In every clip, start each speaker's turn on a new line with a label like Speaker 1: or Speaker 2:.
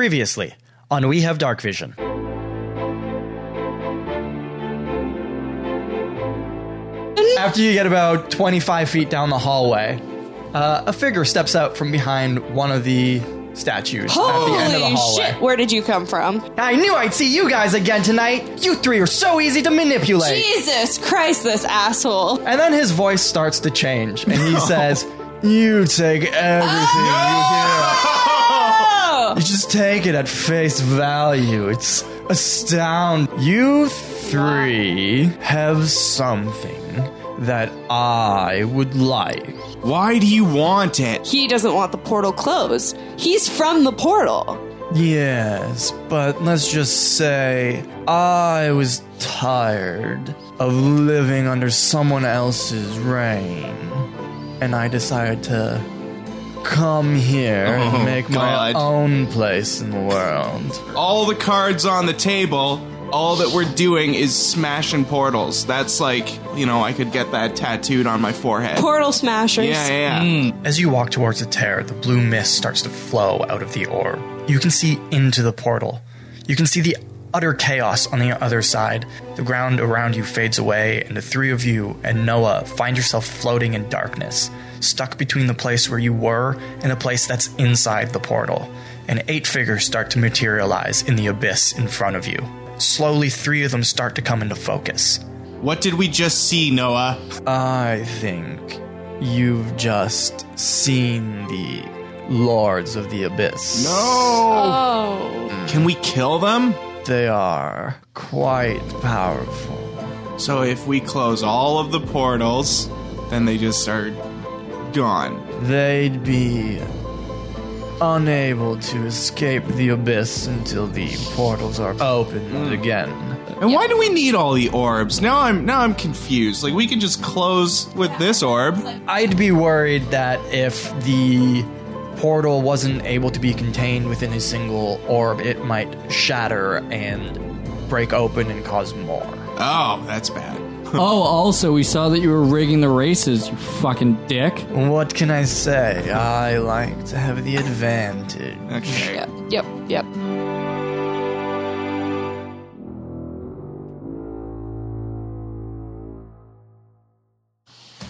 Speaker 1: Previously on We Have Dark Vision. After you get about 25 feet down the hallway, uh, a figure steps out from behind one of the statues at the end of the
Speaker 2: Holy
Speaker 1: hallway.
Speaker 2: shit, where did you come from?
Speaker 1: I knew I'd see you guys again tonight. You three are so easy to manipulate.
Speaker 2: Jesus Christ, this asshole.
Speaker 1: And then his voice starts to change, and he says, "You take everything
Speaker 2: Ah!
Speaker 1: you hear. You just take it at face value. It's astound. You three have something that I would like."
Speaker 3: Why do you want it?
Speaker 2: He doesn't want the portal closed. He's from the portal.
Speaker 1: Yes, but let's just say I was tired of living under someone else's reign, and I decided to come here and
Speaker 3: Oh,
Speaker 1: make my
Speaker 3: God.
Speaker 1: own place in the world.
Speaker 3: All the cards on the table. All that we're doing is smashing portals. That's like, you know, I could get that tattooed on my forehead.
Speaker 2: Portal smashers.
Speaker 3: yeah, yeah.
Speaker 1: As you walk towards the tear, the blue mist starts to flow out of the orb. You can see into the portal. You can see the utter chaos on the other side. The ground around you fades away, and the three of you and Noah find yourself floating in darkness, stuck between the place where you were and the place that's inside the portal. And eight figures start to materialize in the abyss in front of you. Slowly, three of them start to come into focus.
Speaker 3: What did we just see, Noah?
Speaker 1: I think you've just seen the Lords of the Abyss.
Speaker 3: Oh.
Speaker 2: Oh.
Speaker 3: Can we kill them?
Speaker 1: They are quite powerful.
Speaker 3: So if we close all of the portals, then they just are gone.
Speaker 1: They'd be unable to escape the Abyss until the portals are opened again.
Speaker 3: And why do we need all the orbs? Now I'm now I'm confused. Like we can just close with this orb.
Speaker 1: I'd be worried that if the portal wasn't able to be contained within a single orb, it might shatter and break open and cause more.
Speaker 3: Oh, that's bad.
Speaker 4: Oh, also, we saw that you were rigging the races, you fucking dick.
Speaker 1: What can I say? I like to have the advantage.
Speaker 3: Okay.
Speaker 2: Yep, yep, yep.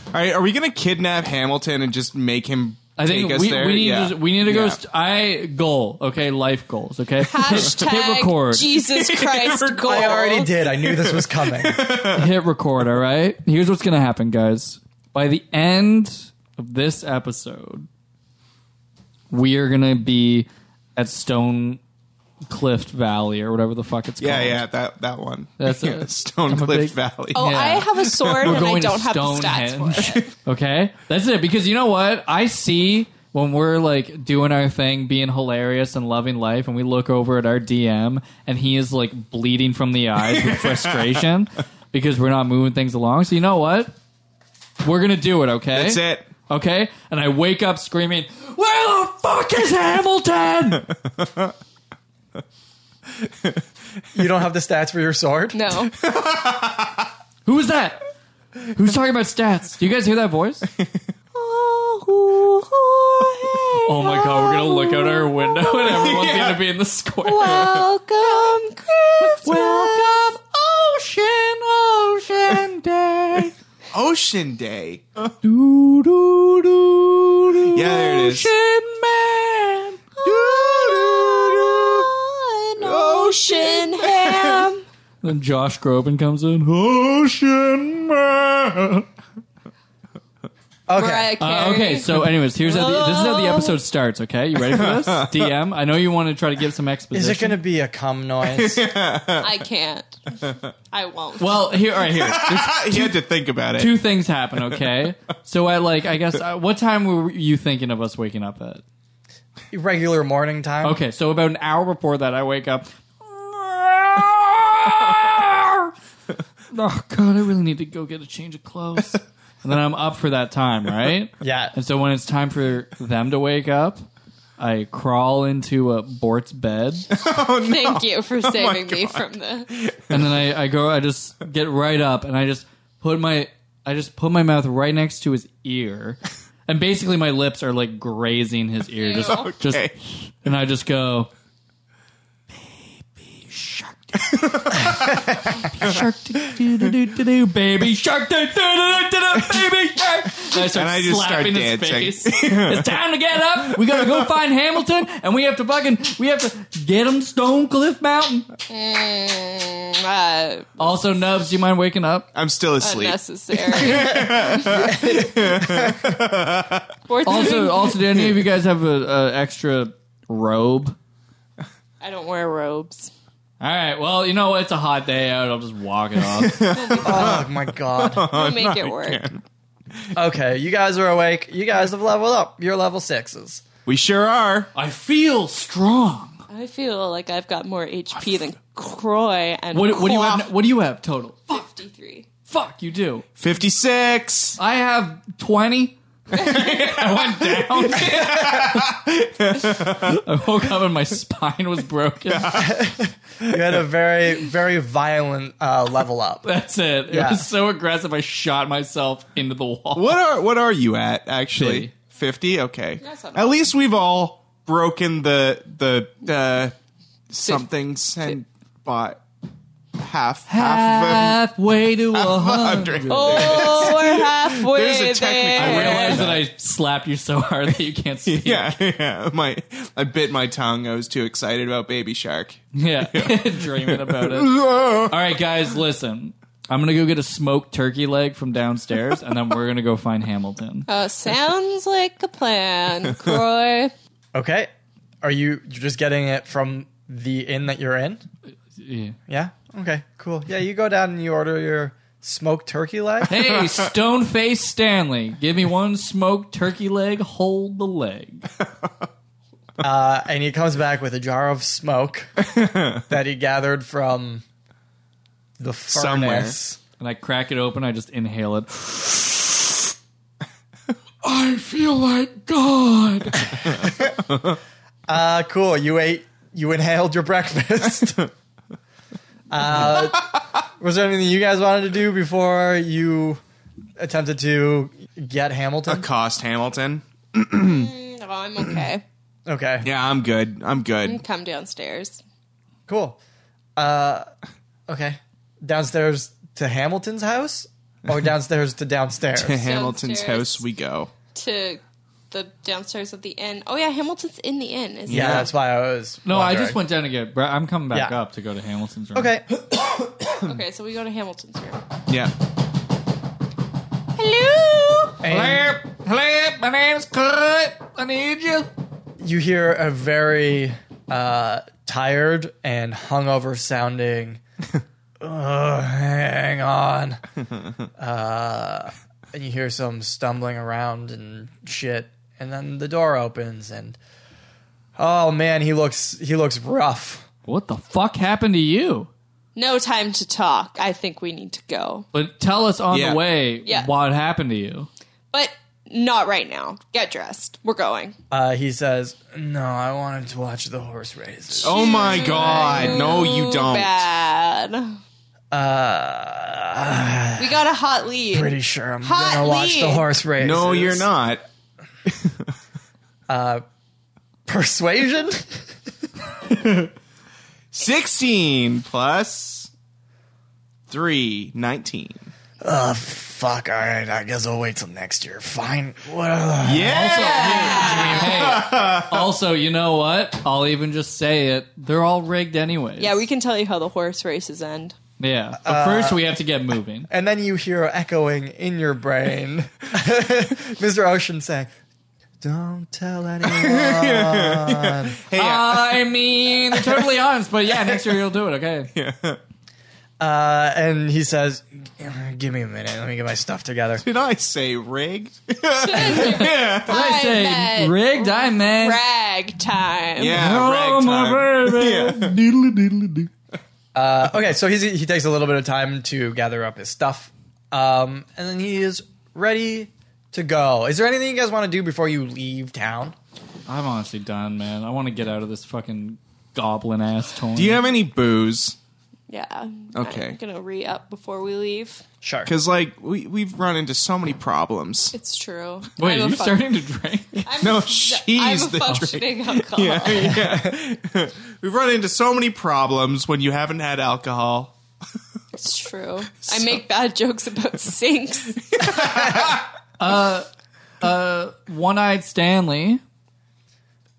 Speaker 3: All right, are we gonna kidnap Hamilton and just make him
Speaker 4: I think
Speaker 3: take us
Speaker 4: we,
Speaker 3: there?
Speaker 4: we need
Speaker 3: Yeah.
Speaker 4: to, we need to go.
Speaker 3: Yeah.
Speaker 4: St- I goal, okay, life goals, okay.
Speaker 2: Hashtag
Speaker 4: hit record.
Speaker 2: Jesus Christ goal.
Speaker 1: I already did. I knew this was coming.
Speaker 4: hit record. All right. Here's what's gonna happen, guys. By the end of this episode, we are gonna be at Stone Cliff Valley or whatever the fuck it's
Speaker 3: yeah,
Speaker 4: called.
Speaker 3: yeah, that that one.
Speaker 4: Oh. That's
Speaker 3: yeah,
Speaker 4: it. I'm a
Speaker 3: Stonecliff
Speaker 4: big-
Speaker 3: Valley.
Speaker 2: Oh,
Speaker 4: Yeah.
Speaker 2: I have a sword and I don't have the stats for it.
Speaker 4: Stonehenge. okay, that's it. Because you know what? I see when we're like doing our thing, being hilarious and loving life, and we look over at our DM, and he is like bleeding from the eyes with frustration because we're not moving things along. So you know what? We're gonna do it. Okay,
Speaker 3: That's it.
Speaker 4: Okay, and I wake up screaming, "Where the fuck is Hamilton?"
Speaker 1: You don't have the stats for your sword?
Speaker 2: No.
Speaker 4: Who was that? Who's talking about stats? Do you guys hear that voice? Oh my god, we're gonna look out our window and everyone's
Speaker 3: Yeah.
Speaker 4: gonna be in the square.
Speaker 2: Welcome, Christmas.
Speaker 4: Welcome, Ocean, Ocean Day.
Speaker 3: Ocean Day.
Speaker 4: do, do, do, do,
Speaker 3: Yeah, there it is.
Speaker 4: Ocean Man.
Speaker 2: An ocean ham.
Speaker 4: Then Josh Groban comes in. Ocean Man.
Speaker 1: Okay.
Speaker 2: Mariah
Speaker 4: Uh,
Speaker 2: Carey.
Speaker 4: okay, so anyways, here's how the, this is how the episode starts. Okay, you ready for this? DM, I know you want to try to give some exposition.
Speaker 1: Is it going to be a cum noise?
Speaker 2: I can't. I won't.
Speaker 4: Well, here, all right, here. There's
Speaker 3: you had to think about it.
Speaker 4: two things happen. Okay, so I like, I guess, uh, what time were you thinking of us waking up at?
Speaker 1: Regular morning time?
Speaker 4: Okay, so about an hour before that, I wake up. oh god, I really need to go get a change of clothes. And then I'm up for that time, right?
Speaker 1: Yeah.
Speaker 4: And so when it's time for them to wake up, I crawl into a Bort's bed,
Speaker 2: Thank you
Speaker 1: Oh
Speaker 2: for saving me from the.
Speaker 4: and then I, I go, I just get right up, and I just put my, I just put my mouth right next to his ear, and basically my lips are like grazing his ear, just,
Speaker 2: Ew.
Speaker 4: just,
Speaker 3: Okay.
Speaker 4: and I just go, shark do do do do do baby shark do do do do do baby shark. And I start
Speaker 3: And I just start
Speaker 4: slapping his
Speaker 3: dancing.
Speaker 4: face. it's time to get up. We gotta go find Hamilton, and we have to fucking we have to get him Stone Cliff Mountain.
Speaker 2: Mm, uh,
Speaker 4: Also, Nubs, do you mind waking up?
Speaker 3: I'm still asleep.
Speaker 2: unnecessary. Fourth
Speaker 4: Also,
Speaker 2: thing-
Speaker 4: also, do any of you guys have a, a extra robe?
Speaker 2: I don't wear robes.
Speaker 4: All right. Well, you know what? It's a hot day out. I'll just walk it off.
Speaker 1: Oh my god.
Speaker 2: We'll make it work.
Speaker 1: Okay, you guys are awake. You guys have leveled up. You're level sixes.
Speaker 3: We sure are.
Speaker 4: I feel strong.
Speaker 2: I feel like I've got more HP than Croy and
Speaker 4: What, what do you have?
Speaker 2: Cloth
Speaker 4: What do you have total? Fuck,
Speaker 2: 53.
Speaker 4: fuck, you do.
Speaker 3: 56.
Speaker 4: I have 20. I went down. I woke up and my spine was broken.
Speaker 1: You had a very, very violent uh, level up.
Speaker 4: That's it. It
Speaker 1: Yeah.
Speaker 4: was so aggressive. I shot myself into the wall.
Speaker 3: What are what are you at actually?
Speaker 4: Fifty.
Speaker 3: 50? Okay.
Speaker 2: That's not
Speaker 3: At least we've all broken the the uh something and bought half half
Speaker 4: Halfway to a
Speaker 3: of a
Speaker 4: hundred.
Speaker 3: hundred.
Speaker 2: Oh, we're halfway
Speaker 3: There's a technical-
Speaker 4: I
Speaker 2: there.
Speaker 4: realized that I slapped you so hard that you can't speak.
Speaker 3: Yeah, yeah. My I bit my tongue. I was too excited about Baby Shark.
Speaker 4: Yeah, dreaming about it. All right, guys, listen. I'm gonna go get a smoked turkey leg from downstairs, and then we're gonna go find Hamilton.
Speaker 2: Uh, sounds like a plan, Croy.
Speaker 1: Okay. Are you you're just getting it from the inn that you're in?
Speaker 4: Yeah.
Speaker 1: Yeah? Okay, cool. Yeah, you go down and you order your smoked turkey leg.
Speaker 4: Hey, stone face Stanley, give me one smoked turkey leg. Hold the leg.
Speaker 1: Uh, and he comes back with a jar of smoke that he gathered from the
Speaker 3: Somewhere.
Speaker 1: furnace.
Speaker 4: And I crack it open. I just inhale it. I feel like God.
Speaker 1: Uh, cool. You ate. You inhaled your breakfast. uh, was there anything you guys wanted to do before you attempted to get Hamilton?
Speaker 3: Cost Hamilton.
Speaker 2: No, I'm okay.
Speaker 1: Okay.
Speaker 3: Yeah, I'm good. I'm good.
Speaker 2: Come downstairs.
Speaker 1: Cool. Uh, okay. Downstairs to Hamilton's house, or downstairs to downstairs.
Speaker 3: To Hamilton's
Speaker 2: Downstairs.
Speaker 3: house we go.
Speaker 2: To the downstairs of the inn. Oh, yeah, Hamilton's in the inn, isn't
Speaker 1: yeah,
Speaker 2: it?
Speaker 1: that's why I was.
Speaker 4: No, I
Speaker 1: wondering.
Speaker 4: just went down to get. bre- I'm coming back
Speaker 1: Yeah.
Speaker 4: up to go to Hamilton's room.
Speaker 1: Okay.
Speaker 2: Okay, so we go to Hamilton's room.
Speaker 3: Yeah.
Speaker 2: Hello!
Speaker 1: And
Speaker 4: hello. My name's Kurt. I need you.
Speaker 1: you hear a very uh, tired and hungover sounding. "Ugh, hang on. Uh, and you hear some stumbling around and shit, and then the door opens, and oh man, he looks he looks rough.
Speaker 4: What the fuck happened to you?
Speaker 2: No time to talk. I think we need to go.
Speaker 4: But tell us on
Speaker 3: Yeah.
Speaker 4: the way
Speaker 2: Yeah.
Speaker 4: what happened to you.
Speaker 2: But not right now. Get dressed. We're going.
Speaker 1: Uh, he says, "No, I wanted to watch the horse races."
Speaker 3: Oh my god. No, you don't.
Speaker 2: Bad.
Speaker 1: Uh,
Speaker 2: We got a hot lead.
Speaker 1: pretty sure I'm
Speaker 2: Hot
Speaker 1: gonna watch the
Speaker 2: lead.
Speaker 1: horse races.
Speaker 3: No, you're not.
Speaker 1: Persuasion.
Speaker 3: 16 plus 3, 19.
Speaker 1: Fuck. All right. I guess I'll wait till next year. Fine. Well,
Speaker 3: Yeah.
Speaker 4: Hey, also, you know what? I'll even just say it. They're all rigged anyways.
Speaker 2: Yeah, we can tell you how the horse races end.
Speaker 4: Yeah. But first, we have to get moving.
Speaker 1: And then you hear echoing in your brain, Mr. Ocean saying, "Don't tell anyone."
Speaker 3: Hey, uh,
Speaker 4: I mean, they're totally honest, but yeah, next year you'll do it, okay?
Speaker 1: uh, and he says, "Give me a minute. Let me get my stuff together."
Speaker 3: did I say rigged?
Speaker 4: I
Speaker 2: I
Speaker 4: say
Speaker 2: meant
Speaker 4: rigged, I meant.
Speaker 2: Rag time.
Speaker 3: Yeah,
Speaker 4: Oh,
Speaker 3: ragtime.
Speaker 4: my baby. Diddly diddly doo.
Speaker 1: Uh, okay, so he's, he takes a little bit of time to gather up his stuff, um, and then he is ready to go. Is there anything you guys want to do before you leave town?
Speaker 4: I'm honestly done, man. I want to get out of this fucking goblin ass toy.
Speaker 3: Do you have any booze?
Speaker 2: Yeah.
Speaker 3: Okay.
Speaker 2: I'm gonna re up before we leave.
Speaker 1: Sure.
Speaker 3: Because like we we've run into so many problems.
Speaker 2: It's true.
Speaker 4: Wait,
Speaker 2: I'm a
Speaker 4: you're
Speaker 2: fuck-
Speaker 4: starting to drink?
Speaker 2: I'm a-
Speaker 3: No,
Speaker 2: I'm
Speaker 3: she's
Speaker 2: a
Speaker 3: the
Speaker 2: functioning alcohol.
Speaker 3: yeah. we've run into so many problems when you haven't had alcohol.
Speaker 2: It's true. I make bad jokes about sinks.
Speaker 4: One eyed Uh, Stanley.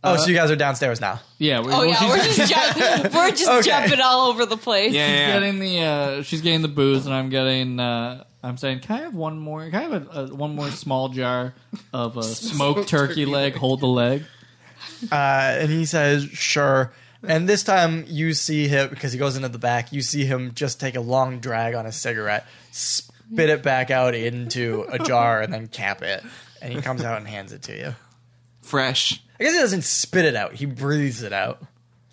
Speaker 1: oh, so you guys are downstairs now.
Speaker 4: Yeah, we,
Speaker 2: Oh
Speaker 4: well,
Speaker 2: yeah,
Speaker 4: she's
Speaker 2: we're just jump- we're just
Speaker 1: Okay.
Speaker 2: jumping all over the place.
Speaker 3: Yeah, yeah.
Speaker 4: getting the uh, she's getting the booze, and I'm getting. Uh, I'm saying, can I have one more? Can I have a, a, one more small jar of uh, smoked turkey leg? Hold the leg.
Speaker 1: Uh, and he says, sure. And this time you see him, because he goes into the back, you see him just take a long drag on a cigarette, spit it back out into a jar, and then cap it. And he comes out and hands it to you.
Speaker 3: Fresh.
Speaker 1: I guess he doesn't spit it out, he breathes it out.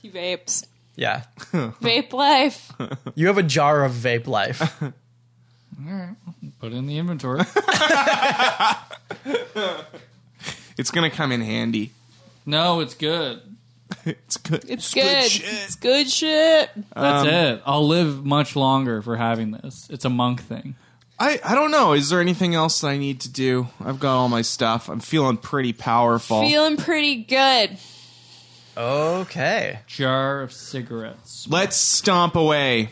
Speaker 2: He vapes.
Speaker 1: Yeah.
Speaker 2: Vape life.
Speaker 1: You have a jar of vape life.
Speaker 4: Put it in the inventory.
Speaker 3: It's gonna come in handy.
Speaker 4: no, it's good.
Speaker 3: It's good.
Speaker 2: It's good.
Speaker 3: shit.
Speaker 2: It's good shit.
Speaker 4: That's it. I'll live much longer for having this. It's a monk thing.
Speaker 3: I I don't know. Is there anything else that I need to do? I've got all my stuff. I'm feeling pretty powerful.
Speaker 2: Feeling pretty good.
Speaker 1: Okay.
Speaker 4: Jar of cigarettes.
Speaker 3: Let's stomp away.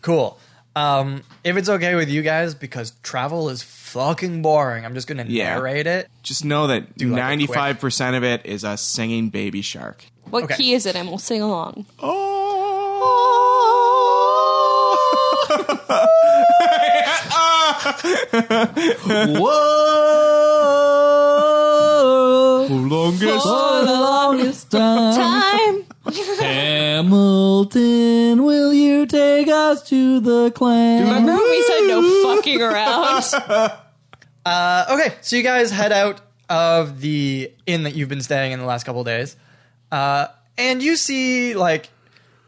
Speaker 1: Cool. Um, if it's okay with you guys, because travel is fucking boring, I'm just going to
Speaker 3: Yeah.
Speaker 1: narrate it.
Speaker 3: Just know that
Speaker 1: like,
Speaker 3: ninety five percent of it is us singing "Baby Shark."
Speaker 2: What
Speaker 1: Okay.
Speaker 2: key is it? And we'll sing along.
Speaker 1: Oh.
Speaker 4: Whoa!
Speaker 3: Longest.
Speaker 4: For the longest time.
Speaker 2: Time.
Speaker 4: Hamilton, will you take us to the clan?
Speaker 2: Remember when we said no fucking around?
Speaker 1: Uh, okay, so you guys head out of the inn that you've been staying in the last couple of days, uh, and you see like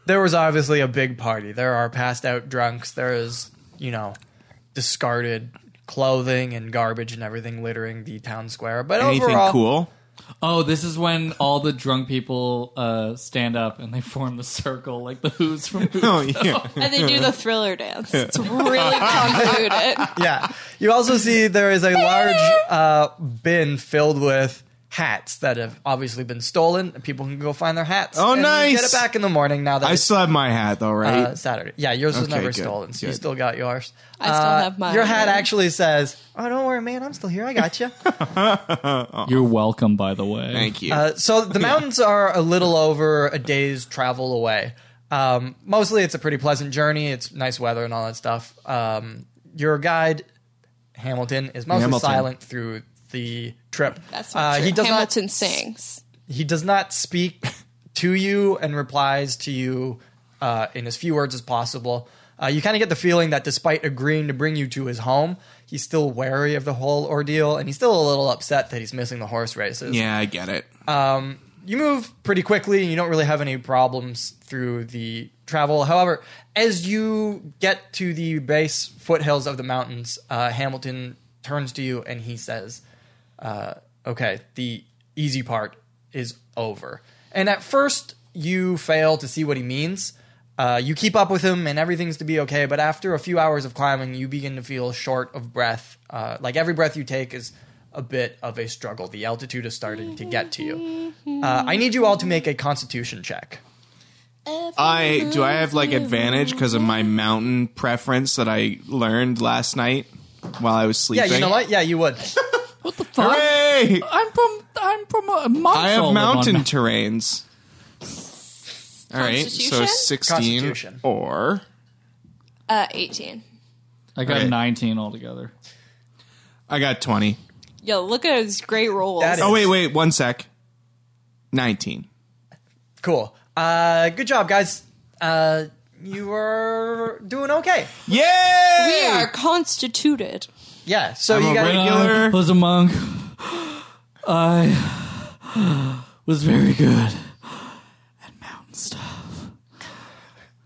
Speaker 1: there was obviously a big party. There are passed out drunks. There is you know discarded clothing and garbage and everything littering the town square. But
Speaker 3: Anything
Speaker 1: overall,
Speaker 3: cool?
Speaker 4: Oh, this is when all the drunk people uh, stand up and they form the circle like the Who's from Who.
Speaker 3: Oh yeah.
Speaker 2: And they do the thriller dance. It's really convoluted.
Speaker 1: yeah. You also see there is a large uh, bin filled with hats that have obviously been stolen. People can go find their hats.
Speaker 3: Oh,
Speaker 1: and
Speaker 3: nice.
Speaker 1: Get it back in the morning now that
Speaker 3: I
Speaker 1: it's
Speaker 3: still have my hat though, right?
Speaker 1: uh, Saturday. Yeah, yours was
Speaker 3: Okay,
Speaker 1: never
Speaker 3: good,
Speaker 1: stolen, so you
Speaker 3: good.
Speaker 1: still got yours.
Speaker 2: I still
Speaker 1: Uh,
Speaker 2: have mine.
Speaker 1: Your hat actually says, "Oh, don't worry, man. I'm still here. I got you."
Speaker 4: You're welcome, by the way.
Speaker 3: Thank you.
Speaker 1: uh, so the mountains are a little over a day's travel away. Um, mostly, it's a pretty pleasant journey. It's nice weather and all that stuff. Um, your guide Hamilton is mostly
Speaker 3: Hamilton.
Speaker 1: silent through the trip.
Speaker 2: That's not true.
Speaker 1: uh, He does
Speaker 2: Hamilton
Speaker 1: not.
Speaker 2: sings.
Speaker 1: He does not speak to you and replies to you uh, in as few words as possible. Uh, you kind of get the feeling that despite agreeing to bring you to his home, he's still wary of the whole ordeal, and he's still a little upset that he's missing the horse races
Speaker 3: yeah, I get it.
Speaker 1: you move pretty quickly and you don't really have any problems through the travel. However, as you get to the base foothills of the mountains, uh, Hamilton turns to you and he says, uh, Okay, the easy part is over. And at first, you fail to see what he means. Uh, you keep up with him and everything's to be okay, but after a few hours of climbing, you begin to feel short of breath. Uh, like every breath you take is a bit of a struggle. The altitude is starting to get to you. Uh, I need you all to make a constitution check.
Speaker 3: I do. I have like advantage because of my mountain preference that I learned last night while I was
Speaker 1: Yeah,
Speaker 3: sleeping.
Speaker 1: you know what? Yeah, you would.
Speaker 4: What the fuck?
Speaker 3: Hooray!
Speaker 4: I'm from I'm from a
Speaker 3: I have mountain terrains. All right, so
Speaker 2: Constitution?
Speaker 3: sixteen
Speaker 1: Constitution.
Speaker 3: or
Speaker 2: Uh, 18.
Speaker 4: I got
Speaker 3: Okay.
Speaker 4: 19 altogether.
Speaker 3: I got twenty.
Speaker 2: Yo, look at his great rolls.
Speaker 1: That is-
Speaker 3: Oh wait, wait, one sec. Nineteen.
Speaker 1: Cool. Uh, good job, guys. Uh, you are doing okay.
Speaker 3: Yay!
Speaker 2: we are constituted.
Speaker 1: Yeah. So
Speaker 3: I'm
Speaker 1: you
Speaker 3: a
Speaker 1: guys.
Speaker 3: regular-
Speaker 4: I
Speaker 3: Killer.
Speaker 4: Uh, was a monk. I was very good at mountain stuff.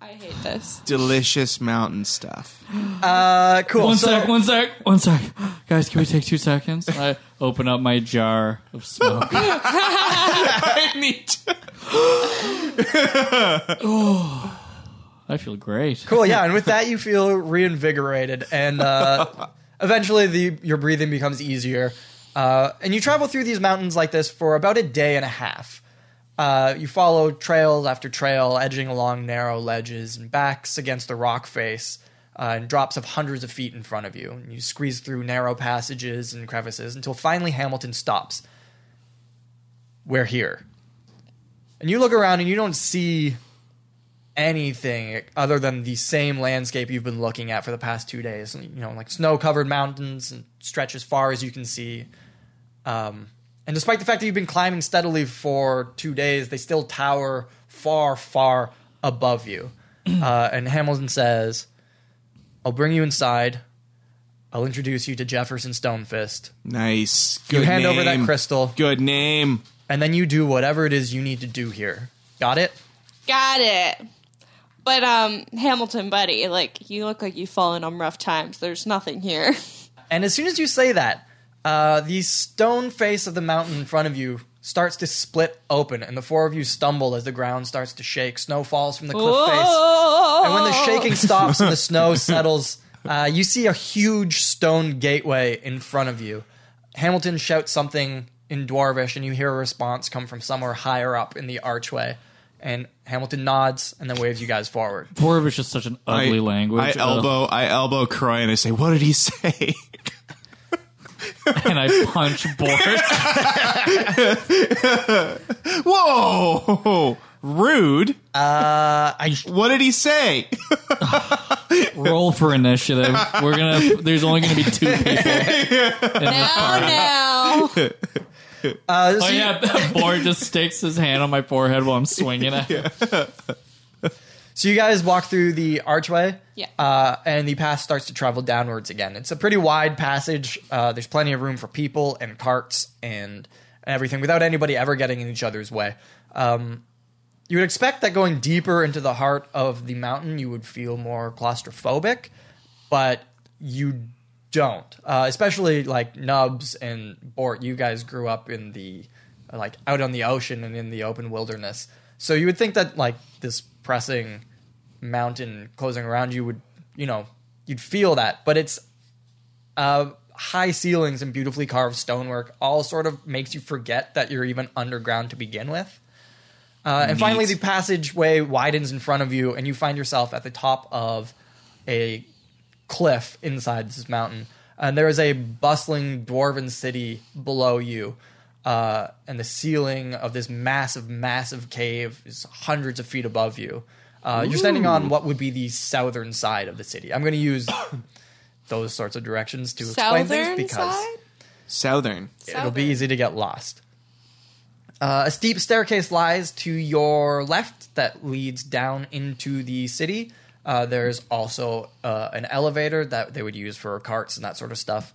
Speaker 2: I hate this.
Speaker 3: delicious mountain stuff.
Speaker 1: Uh, cool.
Speaker 4: One
Speaker 1: so,
Speaker 4: sec, one sec, one sec. Guys, can we take two seconds? I open up my jar of smoke.
Speaker 3: I need. To-
Speaker 4: I feel great.
Speaker 1: Cool, yeah. And with that, you feel reinvigorated, and uh, eventually, the your breathing becomes easier. Uh, and you travel through these mountains like this for about a day and a half. Uh, you follow trail after trail, edging along narrow ledges and backs against the rock face, uh, and drops of hundreds of feet in front of you. And you squeeze through narrow passages and crevices until finally Hamilton stops. We're here. And you look around and you don't see anything other than the same landscape you've been looking at for the past two days. You know, like snow covered mountains and stretch as far as you can see. Um, and despite the fact that you've been climbing steadily for two days, they still tower far, far above you. uh, and Hamilton says, I'll bring you inside. I'll introduce you to Jefferson Stonefist.
Speaker 3: Nice.
Speaker 1: You
Speaker 3: Good
Speaker 1: hand
Speaker 3: name.
Speaker 1: over that crystal,
Speaker 3: Good name.
Speaker 1: and then you do whatever it is you need to do here. Got it?
Speaker 2: Got it. But um, Hamilton, buddy, like you look like you've fallen on rough times. There's nothing here.
Speaker 1: And as soon as you say that, uh, the stone face of the mountain in front of you starts to split open, and the four of you stumble as the ground starts to shake. Snow falls from the cliff face.
Speaker 2: Whoa!
Speaker 1: And when the shaking stops and the snow settles, uh, you see a huge stone gateway in front of you. Hamilton shouts something in Dwarvish, and you hear a response come from somewhere higher up in the archway. And Hamilton nods and then waves you guys forward.
Speaker 4: Dwarvish is such an ugly
Speaker 3: I,
Speaker 4: language.
Speaker 3: I
Speaker 1: uh,
Speaker 4: Ugh.
Speaker 3: elbow. I elbow Croy and I say, "What did he say?"
Speaker 4: and I punch Boris.
Speaker 3: Whoa! Rude.
Speaker 1: Uh, I
Speaker 3: What did he say?
Speaker 4: Roll for initiative. We're gonna. There's only gonna be two people.
Speaker 2: Oh no!
Speaker 1: uh, so
Speaker 4: Oh
Speaker 1: you-
Speaker 4: yeah, Boris just sticks his hand on my forehead while I'm swinging it.
Speaker 1: So you guys walk through the archway,
Speaker 2: Yeah.
Speaker 1: uh, and the path starts to travel downwards again. It's a pretty wide passage. Uh, there's plenty of room for people and carts and everything without anybody ever getting in each other's way. Um, you would expect that going deeper into the heart of the mountain, you would feel more claustrophobic, but you don't. Uh, especially like Nubs and Bort, you guys grew up in the like out on the ocean and in the open wilderness, so you would think that like this pressing mountain closing around you would you know you'd feel that, but it's uh, high ceilings and beautifully carved stonework all sort of makes you forget that you're even underground to begin with. Uh, and finally, the passageway widens in front of you, and you find yourself at the top of a cliff inside this mountain. And there is a bustling dwarven city below you. Uh, and the ceiling of this massive, massive cave is hundreds of feet above you. Uh, you're standing on what would be the southern side of the city. I'm going to use those sorts of directions to explain things
Speaker 2: Southern
Speaker 1: because
Speaker 2: side.
Speaker 3: Southern.
Speaker 1: it'll be
Speaker 2: Southern.
Speaker 1: easy to get lost. Uh, a steep staircase lies to your left that leads down into the city. Uh, there's also uh, an elevator that they would use for carts and that sort of stuff.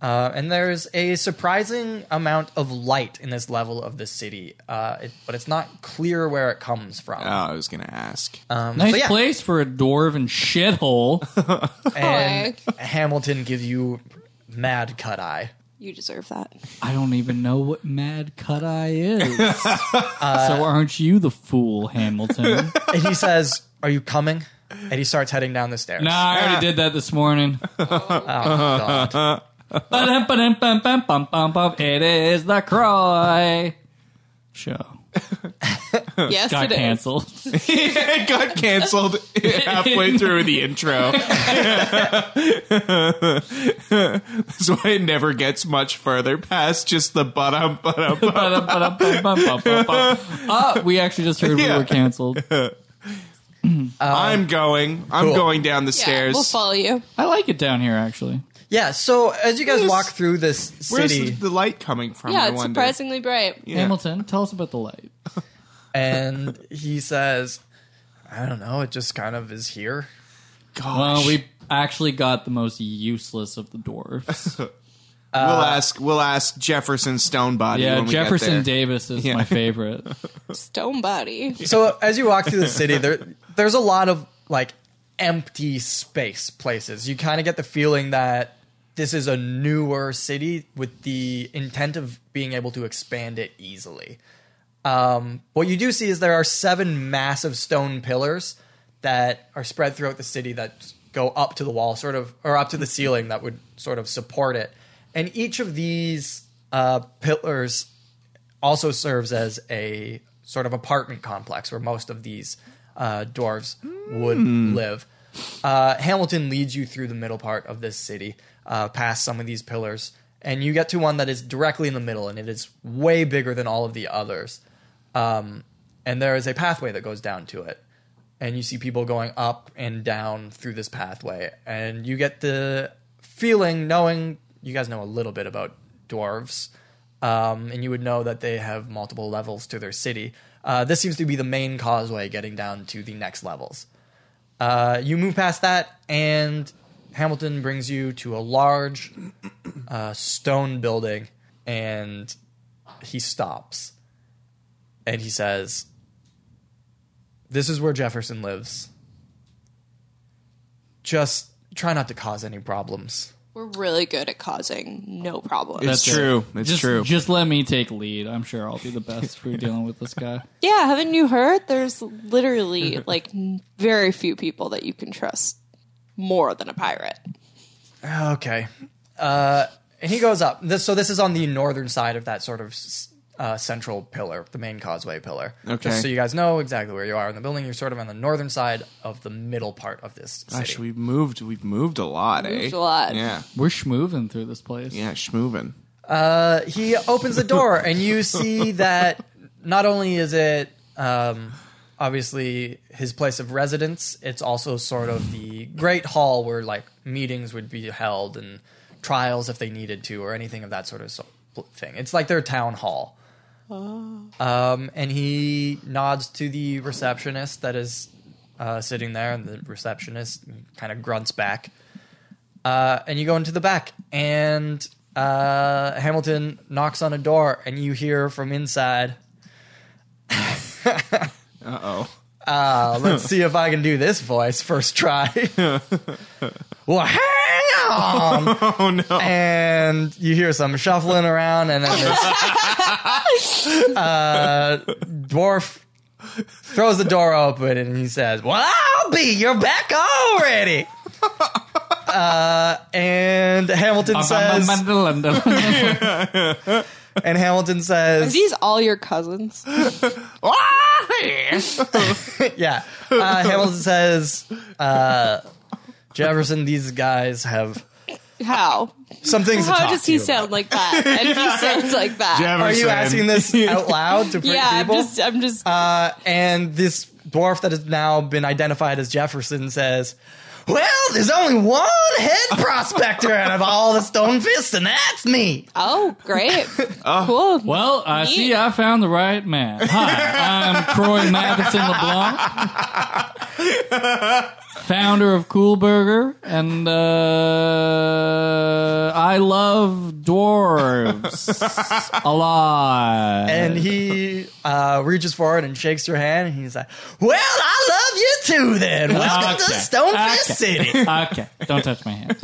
Speaker 1: Uh, and there's a surprising amount of light in this level of the city, uh, it, but it's not clear where it comes from.
Speaker 3: Oh, I was gonna ask.
Speaker 1: Um,
Speaker 4: Nice
Speaker 1: so yeah,
Speaker 4: place for a dwarven shithole.
Speaker 1: and Hamilton gives you mad cut eye.
Speaker 2: You deserve that.
Speaker 4: I don't even know what Mad Cut Eye is. so aren't you the fool, Hamilton?
Speaker 1: and he says, "Are you coming?" And he starts heading down the stairs.
Speaker 4: nah, I already did that this morning.
Speaker 1: God.
Speaker 4: Ba-dum, ba-dum, bum, bum, bum, bum, bum. It is the Croy show.
Speaker 2: Yes,
Speaker 4: Got
Speaker 2: it is.
Speaker 4: canceled.
Speaker 3: it got canceled halfway through the intro. That's why it never gets much further past just the but um but um.
Speaker 4: Ba-dum, ba-dum, bum, bum, bum, bum, bum. Ah, we actually just heard we
Speaker 3: Yeah.
Speaker 4: were canceled.
Speaker 3: I'm going. I'm
Speaker 1: cool.
Speaker 3: going down the
Speaker 2: Yeah,
Speaker 3: stairs.
Speaker 2: We'll follow you.
Speaker 4: I like it down here, actually.
Speaker 1: Yeah, so as you guys
Speaker 3: Where's-
Speaker 1: walk through this
Speaker 3: Where's
Speaker 1: city,
Speaker 3: the, the light coming from?
Speaker 2: Yeah,
Speaker 3: I
Speaker 2: it's
Speaker 3: wonder?
Speaker 2: surprisingly bright.
Speaker 3: Yeah.
Speaker 4: Hamilton, tell us about the light.
Speaker 1: and he says, I don't know, it just kind of is here.
Speaker 3: Gosh.
Speaker 4: Well, we actually got the most useless of the dwarves.
Speaker 3: we'll ask. We'll ask Jefferson Stonebody.
Speaker 4: uh, Yeah,
Speaker 3: when we get
Speaker 4: Jefferson
Speaker 3: there.
Speaker 4: Davis is
Speaker 3: Yeah.
Speaker 4: my favorite.
Speaker 2: Stone body.
Speaker 1: So as you walk through the city, there there's a lot of like empty space places. You kind of get the feeling that this is a newer city with the intent of being able to expand it easily. Um, what you do see is there are seven massive stone pillars that are spread throughout the city that go up to the wall, sort of, or up to the ceiling that would sort of support it. And each of these uh, pillars also serves as a sort of apartment complex where most of these uh, dwarves would live. Uh, Hamilton leads you through the middle part of this city, uh, past some of these pillars, and you get to one that is directly in the middle, and it is way bigger than all of the others. Um, and there is a pathway that goes down to it, and you see people going up and down through this pathway, and you get the feeling, knowing you guys know a little bit about dwarves, um, and you would know that they have multiple levels to their city. Uh, this seems to be the main causeway getting down to the next levels. Uh, you move past that, and Hamilton brings you to a large uh, stone building, and he stops and he says, This is where Jefferson lives. Just try not to cause any problems.
Speaker 2: We're really good at causing no problems.
Speaker 3: It's true. It's
Speaker 4: just,
Speaker 3: true.
Speaker 4: Just let me take lead. I'm sure I'll be the best for dealing with this guy.
Speaker 2: yeah, haven't you heard? There's literally like n- very few people that you can trust more than a pirate.
Speaker 1: Okay. Uh, and he goes up. This, so this is on the northern side of that sort of s- uh, central pillar, the main causeway pillar.
Speaker 3: Okay.
Speaker 1: Just so you guys know exactly where you are in the building, you're sort of on the northern side of the middle part of this city.
Speaker 3: Gosh, we've moved. We've moved a lot, eh?
Speaker 2: Moved a lot.
Speaker 3: Yeah,
Speaker 4: We're schmooving through this place.
Speaker 3: yeah, schmoovin'.
Speaker 1: uh, he opens the door and you see that not only is it um, obviously his place of residence it's also sort of the great hall where like meetings would be held and trials if they needed to or anything of that sort of so- thing it's like their town hall um, and he nods to the receptionist that is uh, sitting there and the receptionist kind of grunts back uh, and you go into the back, and uh, Hamilton knocks on a door, and you hear from inside.
Speaker 3: Uh oh.
Speaker 1: Uh, let's see if I can do this voice first try. well, hang on.
Speaker 3: Oh no.
Speaker 1: and you hear some shuffling around, and then this uh, dwarf throws the door open, and he says, "Well, I'll be. You're back already." Uh, and Hamilton says, and Hamilton
Speaker 2: Are
Speaker 1: says,
Speaker 2: these all your cousins?
Speaker 3: Ah!
Speaker 1: yeah. Uh, Hamilton says, uh, Jefferson, these guys have
Speaker 2: How?
Speaker 1: some things. to
Speaker 2: How
Speaker 1: talk
Speaker 2: does
Speaker 1: to
Speaker 2: he
Speaker 1: you about."
Speaker 2: sound like that? And he sounds like that.
Speaker 1: Are you asking this out loud to
Speaker 2: yeah, I'm
Speaker 1: people?
Speaker 2: just, I'm just.
Speaker 1: Uh, and this dwarf that has now been identified as Jefferson says, "Well, there's only one head prospector out of all the stone fists, and that's me."
Speaker 2: oh, great, cool.
Speaker 4: Well, I see I found the right man. Hi, I'm Croy Matheson LeBlanc, founder of Cool Burger, and uh, I love dwarves a lot.
Speaker 1: And he uh, reaches forward and shakes your hand, and he's like, "Well, I love you too. Then welcome to
Speaker 4: Okay.
Speaker 1: Stone Fist
Speaker 4: Okay.
Speaker 1: City."
Speaker 4: okay, don't touch my hand.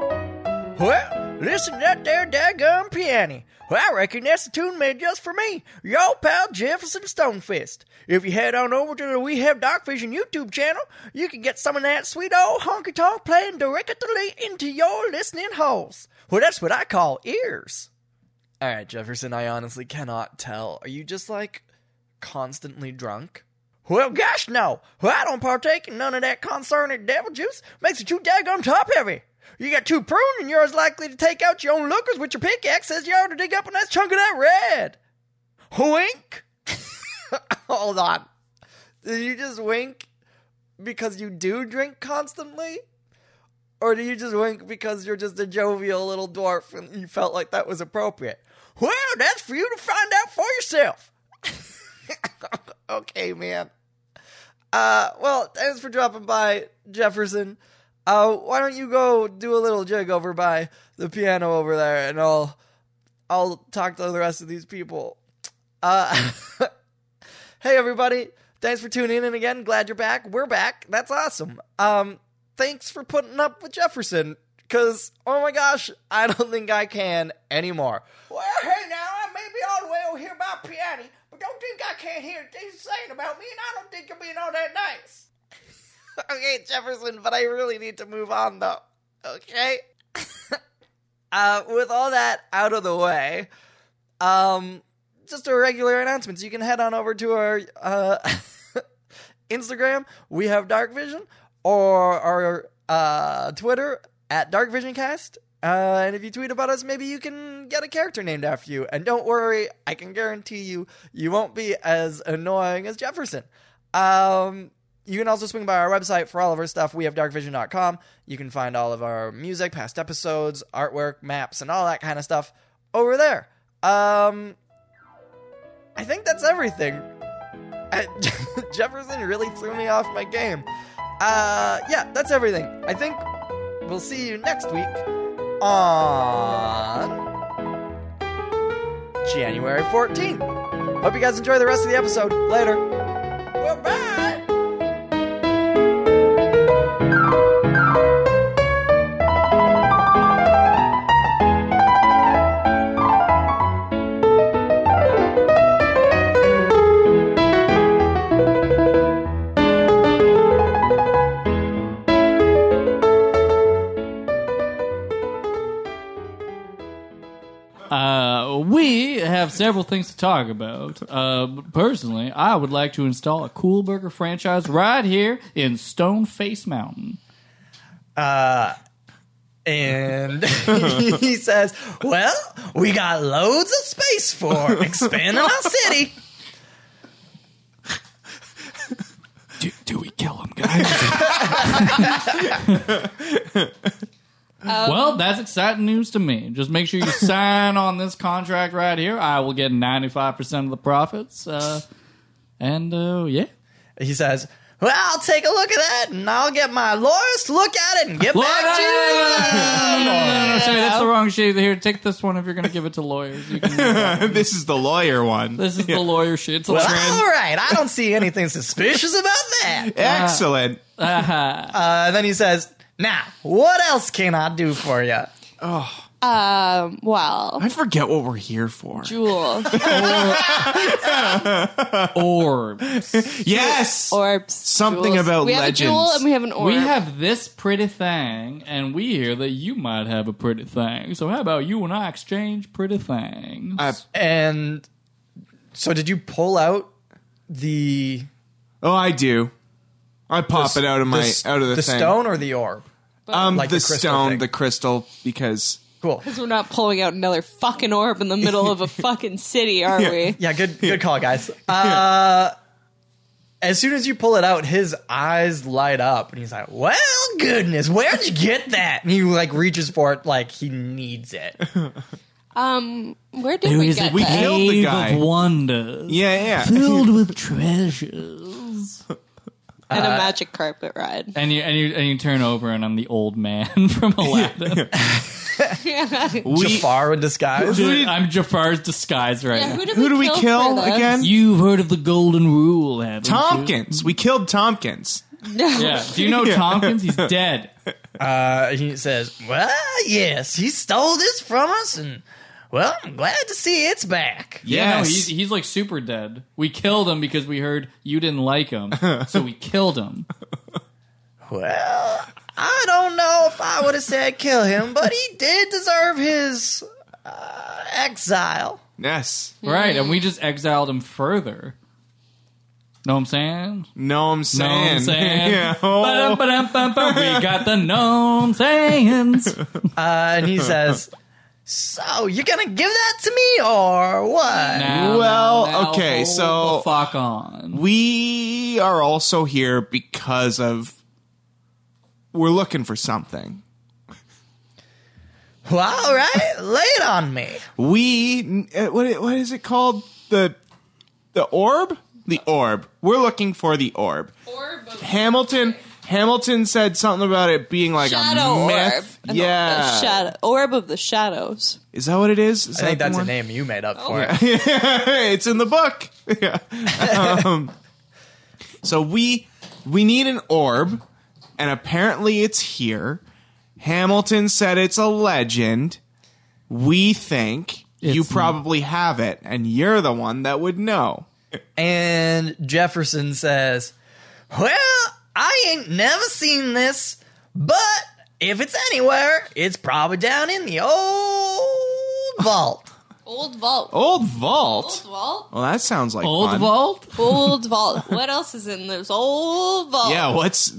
Speaker 1: Well, listen to that there daggone piano. Well, I reckon that's a tune made just for me, your old pal Jefferson Stonefist. If you head on over to the We Have Dark Vision YouTube channel, you can get some of that sweet old honky tonk playing directly into your listening holes. Well, that's what I call ears. All right, Jefferson, I honestly cannot tell. Are you just like constantly drunk? Well, gosh, no. Well, I don't partake in none of that concerning devil juice. Makes it too daggum top heavy. You got too prune, and you're as likely to take out your own lookers with your pickaxe as you are to dig up a nice chunk of that red. Wink. Hold on. Did you just wink because you do drink constantly? Or do you just wink because you're just a jovial little dwarf and you felt like that was appropriate? Well, that's for you to find out for yourself. okay, man. Uh, well, thanks for dropping by, Jefferson. Uh, why don't you go do a little jig over by the piano over there, and I'll I'll talk to the rest of these people. Uh, hey everybody, thanks for tuning in again. Glad you're back. We're back. That's awesome. Um, thanks for putting up with Jefferson. Cause oh my gosh, I don't think I can anymore.
Speaker 5: Well, hey, now I may be all the way over here by piano, but don't think I can't hear a thing saying about me, and I don't think you're being all that nice.
Speaker 1: okay, Jefferson, but I really need to move on though. Okay? uh with all that out of the way, um just a regular announcements. You can head on over to our uh Instagram, we have Dark Vision, or our uh Twitter at Dark Vision Cast. Uh, and if you tweet about us, maybe you can get a character named after you. And don't worry, I can guarantee you, you won't be as annoying as Jefferson. Um, you can also swing by our website for all of our stuff. We have darkvision.com. You can find all of our music, past episodes, artwork, maps, and all that kind of stuff over there. Um, I think that's everything. Uh, Jefferson really threw me off my game. Uh, yeah, that's everything. I think we'll see you next week on January 14th. Hope you guys enjoy the rest of the episode. Later.
Speaker 5: Well, bye.
Speaker 4: Uh, we have several things to talk about. Uh, but personally, I would like to install a Cool Burger franchise right here in Stoneface Mountain.
Speaker 6: And
Speaker 1: he says, "Well, we got loads of space for expanding our city."
Speaker 4: Do, do we kill him, guys? well, that's exciting news to me. Just make sure you sign on this contract right here. I will get 95% of the profits. Uh, and uh, yeah.
Speaker 1: He says, "Well, I'll take a look at that, and I'll get my lawyers to look at it and get back to
Speaker 4: Oh,
Speaker 1: you."
Speaker 4: Sorry, that's the wrong shit. Here, take this one if you're going to give it to lawyers. You can,
Speaker 3: this is the lawyer one.
Speaker 4: this is the lawyer shit. It's a
Speaker 1: Well,
Speaker 4: trend.
Speaker 1: all right, I don't see anything suspicious about that.
Speaker 3: Excellent.
Speaker 1: Uh, and then he says, "Now, what else can I do for you?"
Speaker 2: Um, well,
Speaker 3: I forget what we're here for.
Speaker 2: jewel
Speaker 4: orbs.
Speaker 3: yes.
Speaker 2: orbs.
Speaker 3: Something
Speaker 2: jewels.
Speaker 3: about
Speaker 2: we have a jewel
Speaker 3: legends.
Speaker 2: and we have an orb.
Speaker 4: We have this pretty thing, and we hear that you might have a pretty thing. So how about you and I exchange pretty things?
Speaker 3: I-
Speaker 6: and so did you pull out the
Speaker 3: oh, I do. I pop it out of my
Speaker 6: s-
Speaker 3: out of the,
Speaker 6: the
Speaker 3: thing.
Speaker 6: stone or the orb?
Speaker 3: um,
Speaker 6: Like
Speaker 3: the,
Speaker 6: the crystal
Speaker 3: stone,
Speaker 6: thing.
Speaker 3: the crystal, because
Speaker 6: Cool.
Speaker 2: We're not pulling out another fucking orb in the middle of a fucking city, are we?
Speaker 6: Yeah, good good call, guys. Uh, as soon as you pull it out, his eyes light up, and he's like, "Well, goodness, where'd you get that?" And he like reaches for it like he needs it.
Speaker 2: Um, where did we get
Speaker 3: we
Speaker 2: that?
Speaker 3: killed the guy.
Speaker 4: of wonders,
Speaker 3: yeah, yeah.
Speaker 4: filled with treasures.
Speaker 2: And
Speaker 3: Uh,
Speaker 2: a magic carpet ride.
Speaker 4: And you and you and you turn over, and I'm the old man from Aladdin.
Speaker 2: yeah,
Speaker 3: We-
Speaker 6: Jafar in disguise.
Speaker 3: Who did-
Speaker 4: I'm Jafar's disguise right now.
Speaker 2: who did
Speaker 3: who do we
Speaker 2: for
Speaker 3: kill
Speaker 2: this?
Speaker 3: again?
Speaker 4: You've heard of the Golden Rule, haven't
Speaker 3: Tompkins. We killed Tompkins.
Speaker 4: you? Yeah. Do you know Tompkins? He's dead.
Speaker 6: Uh, he says,
Speaker 1: Well, yes, he stole this from us, and well, I'm glad to see it's back.
Speaker 4: Yeah, no,
Speaker 3: Yes.
Speaker 4: he's, he's like super dead. We killed him because we heard you didn't like him, so we killed him.
Speaker 1: Well, I don't know if I would have said kill him, but he did deserve his uh, exile.
Speaker 3: yes.
Speaker 4: Right, and we just exiled him further. Know what I'm saying?
Speaker 3: No, I'm
Speaker 4: Know what
Speaker 3: saying.
Speaker 4: I'm saying?
Speaker 3: yeah.
Speaker 4: Ba-dum,
Speaker 3: Oh.
Speaker 4: ba-dum, bum, bum. We got the gnome sayings.
Speaker 1: Uh, and he says, "So you're gonna give that to me, or what?"
Speaker 4: Now,
Speaker 3: Well,
Speaker 4: now, now,
Speaker 3: okay,
Speaker 4: hold
Speaker 3: so-
Speaker 4: the fuck on.
Speaker 3: We are also here because of we're looking for something.
Speaker 1: Well, all right, lay it on me.
Speaker 3: We uh, what i- what is it called? The the orb? The orb. We're looking for the orb. Hamilton. Hamilton said something about it being like
Speaker 2: Shadow
Speaker 3: a
Speaker 2: orb.
Speaker 3: myth.
Speaker 2: An-
Speaker 3: Yeah,
Speaker 2: a shadow orb of the shadows.
Speaker 3: is that what it is?
Speaker 7: I
Speaker 3: Is
Speaker 7: think
Speaker 3: that
Speaker 7: that's a
Speaker 3: the one?
Speaker 7: name you made up for it.
Speaker 3: it's in the book. Yeah. Um, so we we need an orb, and apparently it's here. Hamilton said it's a legend. We think you
Speaker 4: It's
Speaker 3: probably have it, and you're the one that would know.
Speaker 7: And Jefferson says,
Speaker 1: Well, I ain't never seen this, but if it's anywhere, it's probably down in the old vault.
Speaker 2: Old vault.
Speaker 3: Old vault.
Speaker 2: vault.
Speaker 3: Well, that sounds like
Speaker 4: Old
Speaker 3: fun.
Speaker 4: vault.
Speaker 2: Old vault. What else is in this old vault?
Speaker 3: Yeah, what's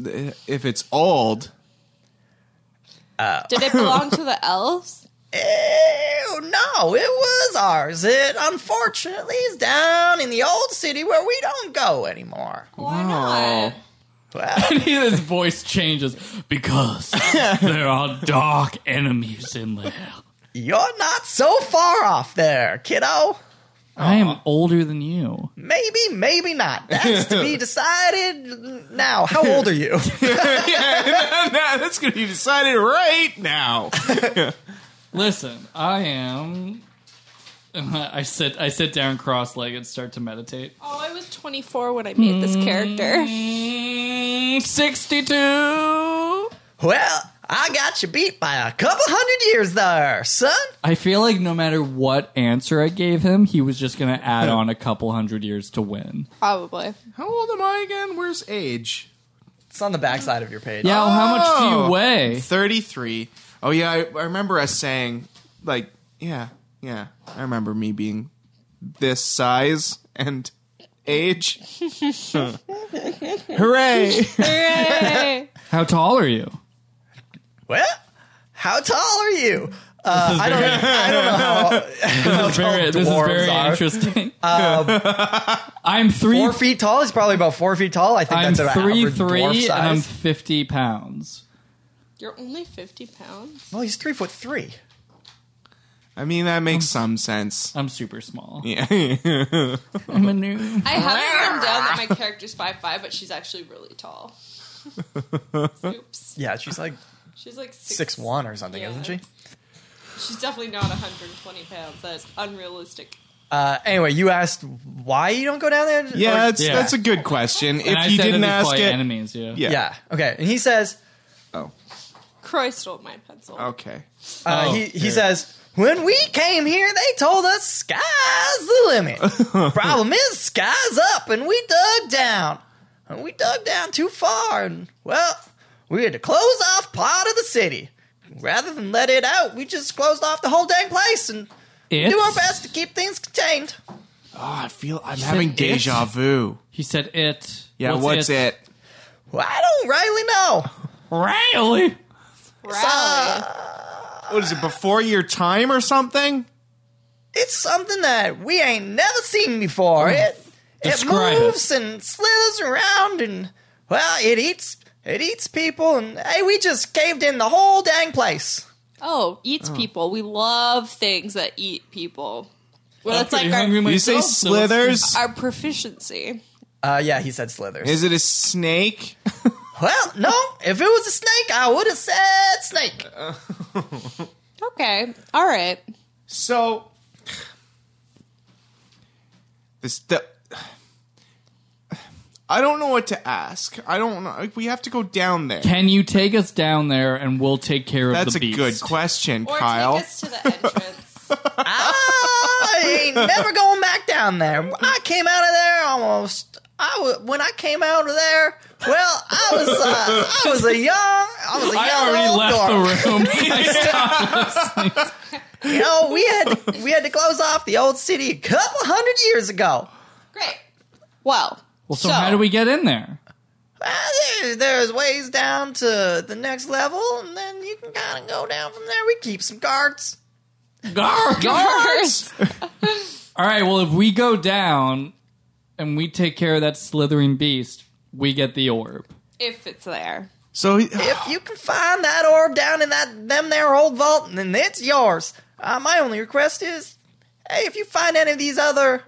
Speaker 3: if it's old?
Speaker 2: Did it belong to the elves?
Speaker 1: Ew, no, it was ours. It unfortunately is down in the old city where we don't go anymore.
Speaker 2: Why
Speaker 3: Wow.
Speaker 2: not?
Speaker 1: Well,
Speaker 4: His voice changes because there are dark enemies in there.
Speaker 1: you're not so far off there, kiddo.
Speaker 4: I am older than you.
Speaker 1: Maybe, maybe not. That's to be decided now. How old are you?
Speaker 3: yeah, that's gonna be decided right now.
Speaker 4: Listen, I am. I sit. I sit down cross-legged, start to meditate.
Speaker 2: Oh, I was 24 when I made this character.
Speaker 4: Mm, Sixty-two.
Speaker 1: well, I got you beat by a couple hundred years there, son.
Speaker 4: I feel like no matter what answer I gave him, he was just going to add on a couple hundred years to win.
Speaker 2: Probably.
Speaker 3: How old am I again? Where's age?
Speaker 1: It's on the backside of your page.
Speaker 4: Yeah, well, how much do
Speaker 3: Oh.
Speaker 4: you weigh?
Speaker 3: 33. Oh, yeah, I, I remember us saying, like, yeah, yeah. I remember me being this size and age. Hooray!
Speaker 2: Hooray!
Speaker 4: How tall are you?
Speaker 1: Well, how tall are you? Uh, I don't. I don't know how, how
Speaker 4: This is very, this is
Speaker 1: dwarves
Speaker 4: very
Speaker 1: are. Um,
Speaker 4: interesting. I'm three.
Speaker 1: Four feet tall. He's probably about four feet tall. I think
Speaker 4: I'm
Speaker 1: that's about
Speaker 4: three
Speaker 1: average dwarf
Speaker 4: three, and I'm
Speaker 1: size.
Speaker 4: fifty pounds.
Speaker 2: You're only 50 pounds.
Speaker 1: well, he's three foot three.
Speaker 3: I mean, that makes
Speaker 4: Um,
Speaker 3: some sense.
Speaker 4: I'm super small.
Speaker 3: Yeah.
Speaker 4: I'm a new.
Speaker 2: I have it written down that Ah. my character's 5'5, but she's actually really tall. Oops.
Speaker 7: yeah, she's like
Speaker 2: She's like six,
Speaker 7: six one or something,
Speaker 2: Yeah.
Speaker 7: isn't she?
Speaker 2: She's definitely not 120 pounds. That's unrealistic.
Speaker 7: Uh, anyway, you asked why you don't go down there.
Speaker 3: yeah,
Speaker 7: Or-
Speaker 3: that's,
Speaker 4: Yeah.
Speaker 3: that's a good question.
Speaker 4: And I
Speaker 3: if you
Speaker 4: said
Speaker 3: didn't
Speaker 4: it was
Speaker 3: ask
Speaker 4: probably
Speaker 3: it.
Speaker 4: enemies. Yeah.
Speaker 3: Yeah.
Speaker 7: yeah. Okay, and he says,
Speaker 3: Oh,
Speaker 2: Croy stole my pencil.
Speaker 3: okay.
Speaker 7: uh,
Speaker 4: Oh,
Speaker 7: he he
Speaker 4: yeah.
Speaker 7: says,
Speaker 1: When we came here, they told us sky's the limit. Problem is, sky's up, and we dug down. And we dug down too far, and, well, we had to close off part of the city. Rather than let it out, we just closed off the whole dang place and
Speaker 4: It's,
Speaker 1: do our best to keep things contained.
Speaker 3: Oh, I feel I'm
Speaker 4: said
Speaker 3: having
Speaker 4: it?
Speaker 3: deja vu.
Speaker 4: He said it.
Speaker 3: Yeah, what's, it?
Speaker 1: Well, I don't really know.
Speaker 4: Riley.
Speaker 2: Rally.
Speaker 3: What is it, before your time or something?
Speaker 1: It's something that we ain't never seen before. It it
Speaker 4: Mm. Describe it.
Speaker 1: moves and slithers around and well, it eats it eats people and hey, we just caved in the whole dang place.
Speaker 2: Oh, eats people. We love things that eat people. Well, that's
Speaker 4: I'm
Speaker 2: like
Speaker 4: pretty
Speaker 2: our,
Speaker 4: hungry
Speaker 3: You say
Speaker 4: myself, so-
Speaker 3: slithers?
Speaker 2: our proficiency.
Speaker 1: Uh yeah, he said slithers.
Speaker 3: Is it a snake?
Speaker 1: well, no, if it was a snake, I would have said snake.
Speaker 2: Okay. All right.
Speaker 3: So this the I don't know what to ask. I don't know. Like, we have to go down there.
Speaker 4: Can you take us down there and we'll take care
Speaker 3: That's
Speaker 4: of
Speaker 3: a
Speaker 4: the
Speaker 3: good
Speaker 4: beast?
Speaker 3: question,
Speaker 2: Or
Speaker 3: Kyle.
Speaker 2: take us to the entrance.
Speaker 1: I ain't never going back down there. I came out of there almost. I wa- when I came out of there, well, I was uh, I was a young I was a young old dork.
Speaker 4: I already left the room. I stopped listening.
Speaker 1: You know, we had to, we had to close off the old city a couple hundred years ago.
Speaker 2: Great. Well,
Speaker 4: Well, so, how do we get in there?
Speaker 1: Well, Ah, there, there's ways down to the next level, and then you can kind of go down from there. We keep some guards.
Speaker 2: Guards!
Speaker 4: All right. Well, if we go down and we take care of that slithering beast, we get the orb.
Speaker 2: if it's there.
Speaker 3: so
Speaker 1: If you can find that orb down in that them there old vault, then it's yours. Uh, my only request is, hey, if you find any of these other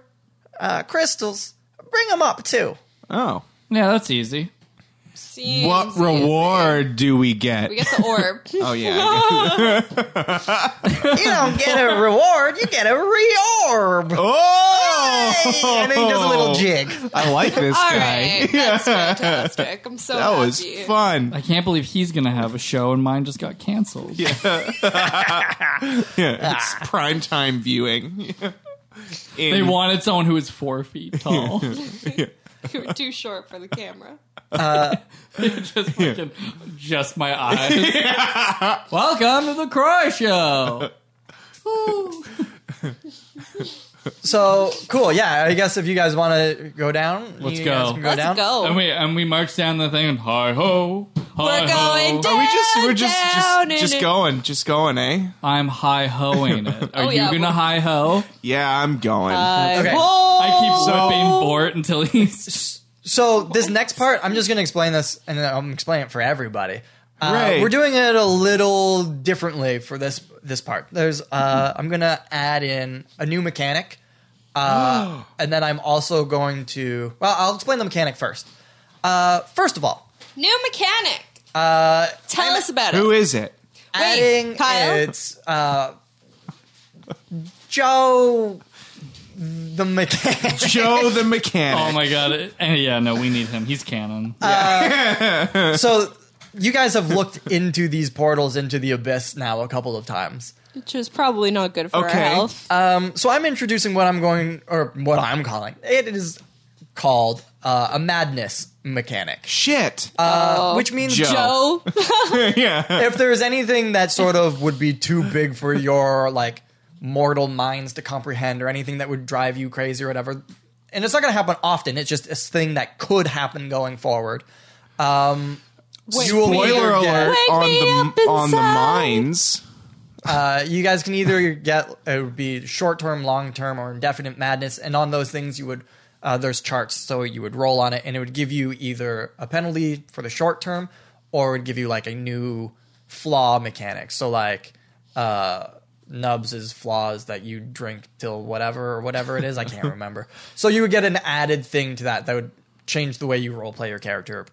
Speaker 1: uh, crystals, Bring him up too.
Speaker 3: Oh.
Speaker 4: Yeah, that's easy.
Speaker 2: See,
Speaker 3: What
Speaker 2: see,
Speaker 3: reward do we get?
Speaker 2: We get the orb.
Speaker 3: oh, yeah.
Speaker 1: You don't get a reward, you get a reorb.
Speaker 3: oh!
Speaker 1: And then he does a little jig.
Speaker 3: I like this
Speaker 2: All
Speaker 3: guy.
Speaker 2: right, that's fantastic. I'm so
Speaker 3: That
Speaker 2: happy.
Speaker 3: was fun.
Speaker 4: I can't believe he's gonna have a show and mine just got canceled. Yeah.
Speaker 3: Yeah, it's prime time viewing. In-
Speaker 4: They wanted someone who was four feet tall.
Speaker 2: You were too short for the camera.
Speaker 4: just fucking, just my eyes. Welcome to the Cry Show.
Speaker 1: So cool, yeah. I guess if you guys want to go down,
Speaker 4: Let's
Speaker 1: you
Speaker 4: go.
Speaker 1: guys can go
Speaker 2: Let's
Speaker 1: down.
Speaker 2: go.
Speaker 4: And we and we march down the thing and hi ho.
Speaker 2: We're going
Speaker 3: Are
Speaker 2: down.
Speaker 3: we just we're just
Speaker 2: Down
Speaker 3: just,
Speaker 2: in
Speaker 3: just
Speaker 2: it.
Speaker 3: going, just going, eh?
Speaker 4: I'm hi hoing it. Are
Speaker 2: Oh,
Speaker 4: you
Speaker 2: yeah,
Speaker 4: gonna
Speaker 2: we're-
Speaker 4: hi ho?
Speaker 3: Yeah, I'm going.
Speaker 2: Uh,
Speaker 1: Okay.
Speaker 4: I keep
Speaker 2: I
Speaker 4: whipping Bort until he's
Speaker 1: So this next part, I'm just going to explain this, and then I'm explaining it for everybody. Uh,
Speaker 3: Right.
Speaker 1: We're doing it a little differently for this this part. There's, uh, I'm going to add in a new mechanic, uh, and then I'm also going to. Well, I'll explain the mechanic first. Uh, first of all,
Speaker 2: New mechanic.
Speaker 1: uh,
Speaker 2: Tell us about
Speaker 3: Who
Speaker 2: it.
Speaker 3: is it?
Speaker 1: adding
Speaker 2: Kyle?
Speaker 1: it's uh, Joe the mechanic.
Speaker 3: Joe the mechanic.
Speaker 4: Oh my god. Eh, yeah, no, we need him. He's canon.
Speaker 1: so you guys have looked into these portals into the abyss now a couple of times.
Speaker 2: Which is probably not good for
Speaker 3: Okay.
Speaker 2: our health.
Speaker 1: Um, so I'm introducing what I'm going or what I'm calling it is called uh, a madness mechanic,
Speaker 3: Shit.
Speaker 1: uh, which means
Speaker 3: Joe.
Speaker 2: Joe.
Speaker 3: yeah.
Speaker 1: if there's anything that sort of would be too big for your like mortal minds to comprehend or anything that would drive you crazy or whatever and it's not going to happen often it's just a thing that could happen going forward um you will
Speaker 3: Spoiler
Speaker 1: either get-
Speaker 3: alert
Speaker 2: Wake
Speaker 3: on
Speaker 2: me up
Speaker 3: the on the
Speaker 2: inside.
Speaker 3: mines.
Speaker 1: Uh, you guys can either get it would be short term, long term, or indefinite madness, and on those things you would uh, there's charts, so you would roll on it, and it would give you either a penalty for the short term, or it would give you like a new flaw mechanic. So like uh, Nubs is flaws that you drink till whatever or whatever it is, I can't remember. So you would get an added thing to that that would change the way you role play your character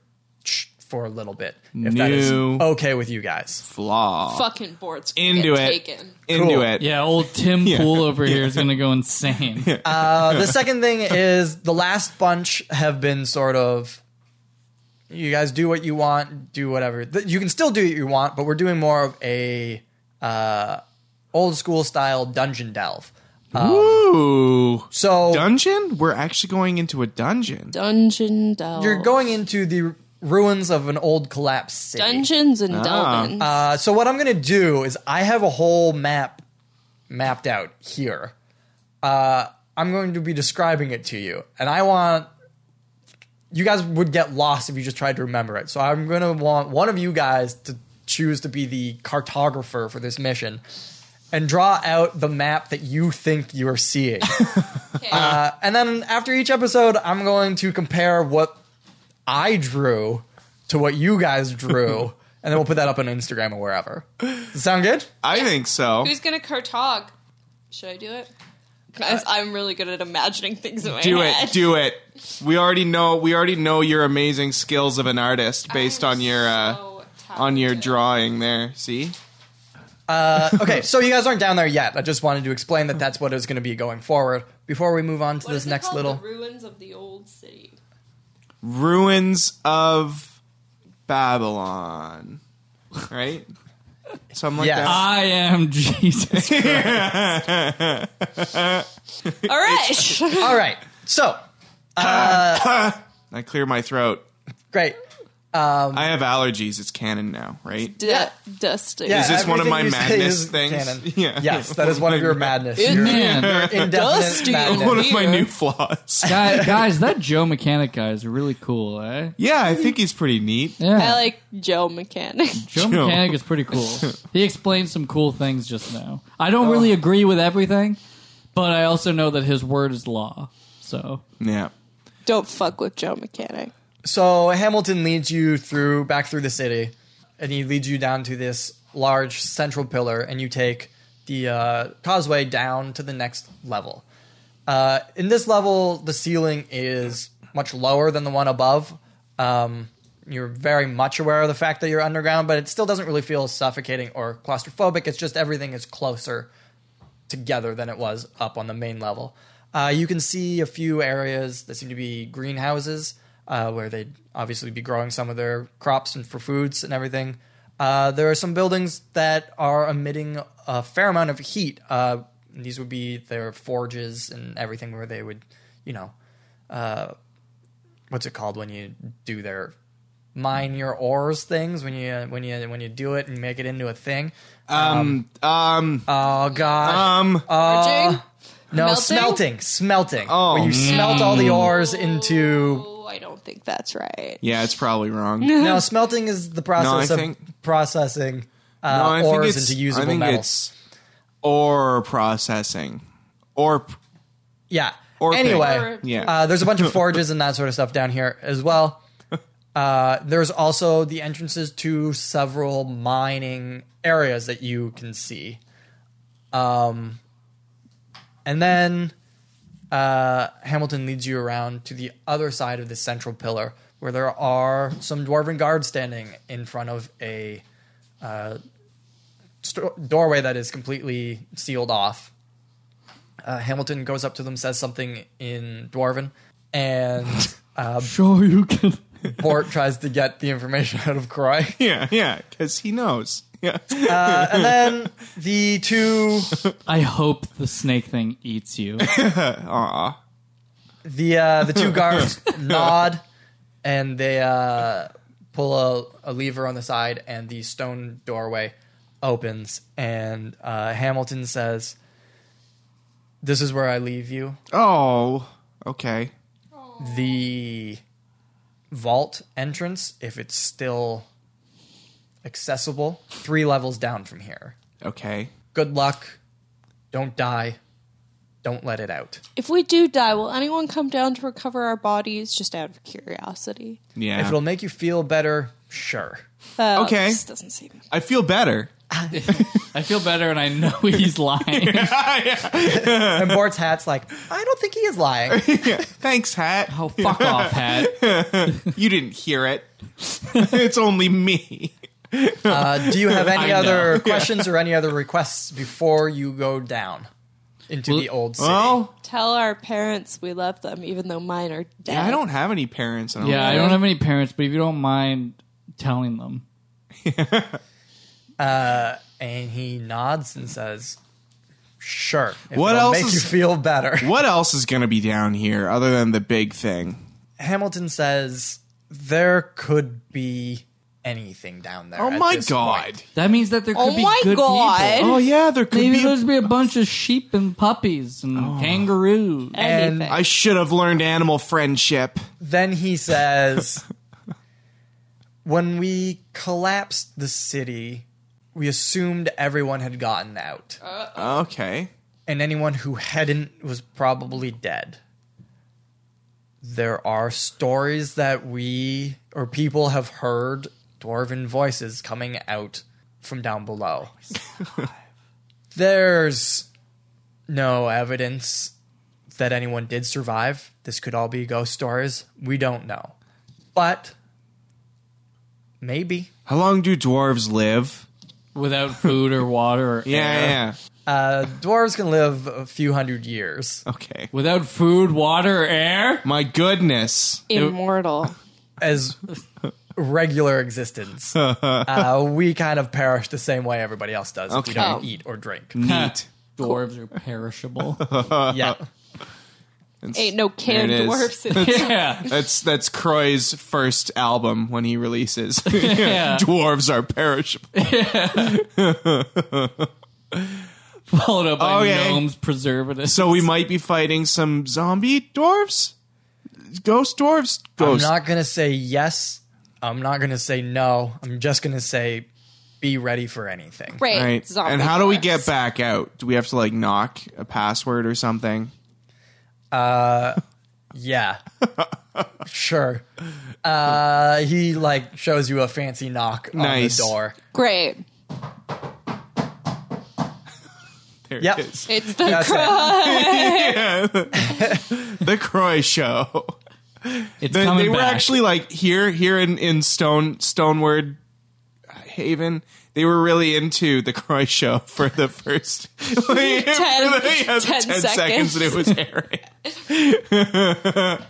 Speaker 1: for a little bit, if that is
Speaker 3: New.
Speaker 1: okay with you guys.
Speaker 3: Flaw.
Speaker 2: Fucking Bort's gonna
Speaker 3: Into
Speaker 2: get
Speaker 3: it.
Speaker 2: Taken.
Speaker 3: Into
Speaker 1: Cool.
Speaker 3: it.
Speaker 4: Yeah, old Tim Pool over here is gonna go insane.
Speaker 1: Uh, the second thing is the last bunch have been sort of you guys do what you want, do whatever. Th- You can still do what you want, but we're doing more of a uh, old school style dungeon delve.
Speaker 3: Ooh.
Speaker 1: So
Speaker 3: Dungeon? We're actually going into a dungeon.
Speaker 2: Dungeon Delve.
Speaker 1: you're going into the ruins of an old collapsed city.
Speaker 2: Dungeons
Speaker 3: Ah.
Speaker 2: and Delvins.
Speaker 1: Uh, so what I'm gonna do is I have a whole map mapped out here. Uh, I'm going to be describing it to you, and I want you guys would get lost if you just tried to remember it. So I'm gonna want one of you guys to choose to be the cartographer for this mission and draw out the map that you think you're seeing. uh, and then after each episode, I'm going to compare what I drew to what you guys drew, and then we'll put that up on Instagram or wherever. Does it sound good?
Speaker 3: I think so.
Speaker 2: Who's gonna cartog? Should I do it? Guys,
Speaker 1: Uh,
Speaker 2: I'm really good at imagining things in my
Speaker 3: Do
Speaker 2: head.
Speaker 3: it. Do it. We already know we already know your amazing skills of an artist based on your uh
Speaker 2: So
Speaker 3: on your
Speaker 2: talented.
Speaker 3: drawing there. See?
Speaker 1: Uh, Okay, so you guys aren't down there yet. I just wanted to explain that that's what is going to be going forward. Before we move on to
Speaker 2: What
Speaker 1: this
Speaker 2: is it
Speaker 1: next
Speaker 2: called?
Speaker 1: little,
Speaker 2: The ruins of the old city.
Speaker 3: Ruins of Babylon. Right? Something like
Speaker 1: Yes.
Speaker 3: that.
Speaker 4: I am Jesus.
Speaker 2: All right.
Speaker 1: all right. So
Speaker 3: I clear my throat.
Speaker 1: great.
Speaker 3: I have allergies. It's canon now, right?
Speaker 2: D- Dusting.
Speaker 1: Yeah,
Speaker 3: Is this one of
Speaker 1: everything
Speaker 3: my
Speaker 1: you say
Speaker 3: madness
Speaker 1: is
Speaker 3: things?
Speaker 1: canon.
Speaker 3: Yeah.
Speaker 1: Yes, that is one of your madness.
Speaker 2: It-
Speaker 1: Your
Speaker 4: Man,
Speaker 1: indefinite
Speaker 2: Dusty.
Speaker 1: madness.
Speaker 3: One of my
Speaker 2: Weird.
Speaker 3: new flaws.
Speaker 4: guys, guys, that Joe Mechanic guy is really cool, eh?
Speaker 3: yeah, I think he's pretty neat.
Speaker 4: Yeah.
Speaker 2: I like Joe Mechanic.
Speaker 4: Joe
Speaker 3: Joe.
Speaker 4: Mechanic is pretty cool. He explained some cool things just now. I don't really agree with everything, but I also know that his word is law. So
Speaker 3: Yeah.
Speaker 2: Don't fuck with Joe Mechanic.
Speaker 1: So Hamilton leads you through back through the city, and he leads you down to this large central pillar, and you take the uh, causeway down to the next level. Uh, in this level, the ceiling is much lower than the one above. Um, you're very much aware of the fact that you're underground, but it still doesn't really feel suffocating or claustrophobic. It's just everything is closer together than it was up on the main level. Uh, you can see a few areas that seem to be greenhouses uh, where they'd obviously be growing some of their crops and for foods and everything. Uh, there are some buildings that are emitting a fair amount of heat. Uh, these would be their forges and everything where they would, you know, uh, what's it called when you do their mine your ores things when you when you when you do it and make it into a thing.
Speaker 3: Um, um,
Speaker 1: Oh god.
Speaker 3: um,
Speaker 1: Uh,
Speaker 2: Forging?
Speaker 1: no,
Speaker 2: melting?
Speaker 1: smelting, smelting.
Speaker 3: Oh,
Speaker 1: where you smelt all the ores into
Speaker 2: Oh, I don't think that's right.
Speaker 3: yeah, it's probably wrong.
Speaker 1: No, smelting is the process
Speaker 3: No, I
Speaker 1: of
Speaker 3: think-
Speaker 1: processing uh,
Speaker 3: No, I think
Speaker 1: ores
Speaker 3: it's-
Speaker 1: into usable
Speaker 3: I think
Speaker 1: metals.
Speaker 3: it's ore processing. Or
Speaker 1: Yeah.
Speaker 3: Or
Speaker 1: anyway,
Speaker 2: pig.
Speaker 3: Yeah.
Speaker 1: uh, there's a bunch of forges and that sort of stuff down here as well. Uh, there's also the entrances to several mining areas that you can see. Um, and then uh, Hamilton leads you around to the other side of the central pillar where there are some dwarven guards standing in front of a uh, sto- doorway that is completely sealed off uh, Hamilton goes up to them, says something in Dwarven, and uh,
Speaker 4: Sure, you can.
Speaker 1: Bort tries to get the information out of Croy.
Speaker 3: yeah, yeah, because he knows. Yeah,
Speaker 1: Uh, and then the two,
Speaker 4: I hope the snake thing eats you.
Speaker 1: the uh, the two guards nod, and they uh, pull a, a lever on the side, and the stone doorway opens, and uh, Hamilton says, "This is where I leave you."
Speaker 3: Oh, okay.
Speaker 1: the vault entrance, if it's still accessible, three levels down from here.
Speaker 3: Okay.
Speaker 1: Good luck. Don't die. Don't let it out.
Speaker 2: If we do die, will anyone come down to recover our bodies just out of curiosity?
Speaker 1: If
Speaker 3: Yeah.
Speaker 1: it'll make you feel better, sure.
Speaker 2: Uh,
Speaker 3: Okay.
Speaker 2: This doesn't seem.
Speaker 3: I feel better.
Speaker 4: I feel better, and I know he's lying.
Speaker 1: And Bort's hat's like, I don't think he is lying.
Speaker 3: Thanks, Hat.
Speaker 4: Oh, fuck off, hat.
Speaker 3: You didn't hear it. it's only me.
Speaker 1: Uh, do you have any
Speaker 4: I
Speaker 1: other
Speaker 4: know.
Speaker 1: questions or any other requests before you go down into
Speaker 4: Well-
Speaker 1: the old city?
Speaker 3: Well,
Speaker 2: Tell our parents we love them, even though mine are dead.
Speaker 3: yeah, I don't have any parents. I don't
Speaker 4: Yeah, I don't have any parents, but if you don't mind telling them,
Speaker 1: and he nods and says, Sure. If
Speaker 3: What
Speaker 1: it'll
Speaker 3: else
Speaker 1: make
Speaker 3: is-
Speaker 1: you feel better?
Speaker 3: What else is going to be down here other than the big thing?
Speaker 1: Hamilton says there could be anything down there.
Speaker 3: Oh
Speaker 1: at
Speaker 3: my
Speaker 1: this
Speaker 3: god.
Speaker 1: point."
Speaker 4: that means that there could
Speaker 2: Oh
Speaker 4: be
Speaker 2: my
Speaker 4: good
Speaker 2: God.
Speaker 4: people.
Speaker 3: Oh yeah, there could
Speaker 4: Maybe
Speaker 3: be.
Speaker 4: there's be a Oh. bunch of sheep and puppies and kangaroos.
Speaker 2: Anything.
Speaker 1: and
Speaker 3: I should have learned animal friendship.
Speaker 1: Then he says, when we collapsed the city, we assumed everyone had gotten out,
Speaker 3: Okay.
Speaker 1: and anyone who hadn't was probably dead. There are stories that we or people have heard dwarven voices coming out from down below. There's no evidence that anyone did survive. This could all be ghost stories. We don't know. But maybe.
Speaker 3: How long do dwarves live?
Speaker 4: without food or water or
Speaker 3: Yeah,
Speaker 4: air.
Speaker 3: yeah.
Speaker 1: Uh, dwarves can live a few hundred years.
Speaker 3: Okay.
Speaker 4: Without food, water, or air?
Speaker 3: My goodness.
Speaker 2: Immortal.
Speaker 1: as regular existence. uh, we kind of perish the same way everybody else does if we
Speaker 3: Okay.
Speaker 1: don't
Speaker 2: Oh.
Speaker 1: eat or drink.
Speaker 3: Neat.
Speaker 4: Dwarves are perishable.
Speaker 1: yeah.
Speaker 2: Ain't no canned
Speaker 3: There it is.
Speaker 2: dwarfs in here.
Speaker 4: yeah.
Speaker 3: That's that's Croy's first album when he releases.
Speaker 4: Yeah.
Speaker 3: Dwarves are perishable.
Speaker 4: Followed up by
Speaker 3: Okay.
Speaker 4: gnomes preservatives.
Speaker 3: So we might be fighting some zombie dwarves? Ghost dwarves?
Speaker 1: I'm
Speaker 3: Ghost.
Speaker 1: not going to say yes. I'm not going to say no. I'm just going to say be ready for anything.
Speaker 2: Right.
Speaker 3: right.
Speaker 2: zombie
Speaker 3: and how do we
Speaker 2: dwarfs.
Speaker 3: get back out? Do we have to like knock a password or something?
Speaker 1: Yeah. sure. Uh, he like shows you a fancy knock
Speaker 3: Nice.
Speaker 1: on the door.
Speaker 2: Great.
Speaker 3: There
Speaker 1: Yep.
Speaker 3: it is.
Speaker 2: It's the
Speaker 1: That's it.
Speaker 2: cry.
Speaker 3: Yeah. the Croy show.
Speaker 4: It's
Speaker 3: They,
Speaker 4: coming
Speaker 3: they were
Speaker 4: back.
Speaker 3: actually like here here in, in Stone Stoneward Haven. They were really into the Croy show for the first like, for the- yeah,
Speaker 2: 10
Speaker 3: 10 seconds that it was airing.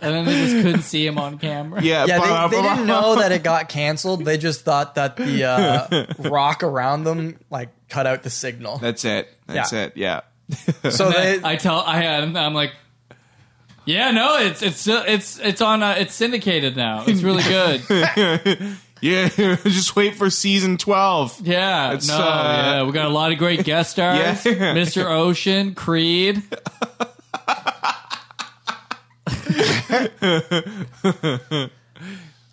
Speaker 4: and then they just couldn't see him on camera.
Speaker 1: Yeah,
Speaker 3: Yeah,
Speaker 1: they, they
Speaker 3: ba-ba-ba-ba.
Speaker 1: didn't know that it got canceled. They just thought that the uh, rock around them like cut out the signal.
Speaker 3: That's it. That's
Speaker 1: Yeah.
Speaker 3: it. Yeah.
Speaker 1: So they,
Speaker 4: I tell I I'm, I'm like, yeah, no, it's it's still- it's it's on uh, it's syndicated now. It's really good.
Speaker 3: Yeah, just wait for season 12.
Speaker 4: Yeah,
Speaker 3: It's, uh,
Speaker 4: no, yeah, we got a lot of great guest stars.
Speaker 3: Yeah.
Speaker 4: Mr. Ocean, Creed.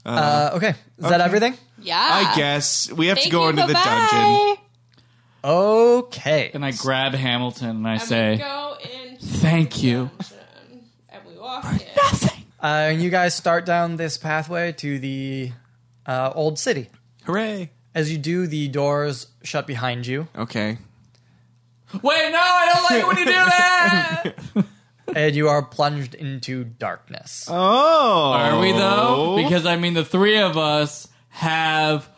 Speaker 1: uh, okay, is that everything?
Speaker 2: yeah.
Speaker 3: I guess we have
Speaker 2: Thank
Speaker 3: to go
Speaker 2: you,
Speaker 3: into the
Speaker 2: bye-bye.
Speaker 3: dungeon.
Speaker 1: Okay.
Speaker 4: And I grab Hamilton and I
Speaker 2: And
Speaker 4: say,
Speaker 2: we go in.
Speaker 4: "Thank you."
Speaker 2: And we walk in.
Speaker 1: Uh, and you guys start down this pathway to the uh, old city.
Speaker 3: Hooray.
Speaker 1: As you do, the doors shut behind you,
Speaker 3: Okay.
Speaker 4: Wait, no, I don't like it when you do that.
Speaker 1: and you are plunged into darkness.
Speaker 3: Oh.
Speaker 4: Are we though? Because I mean, the three of us have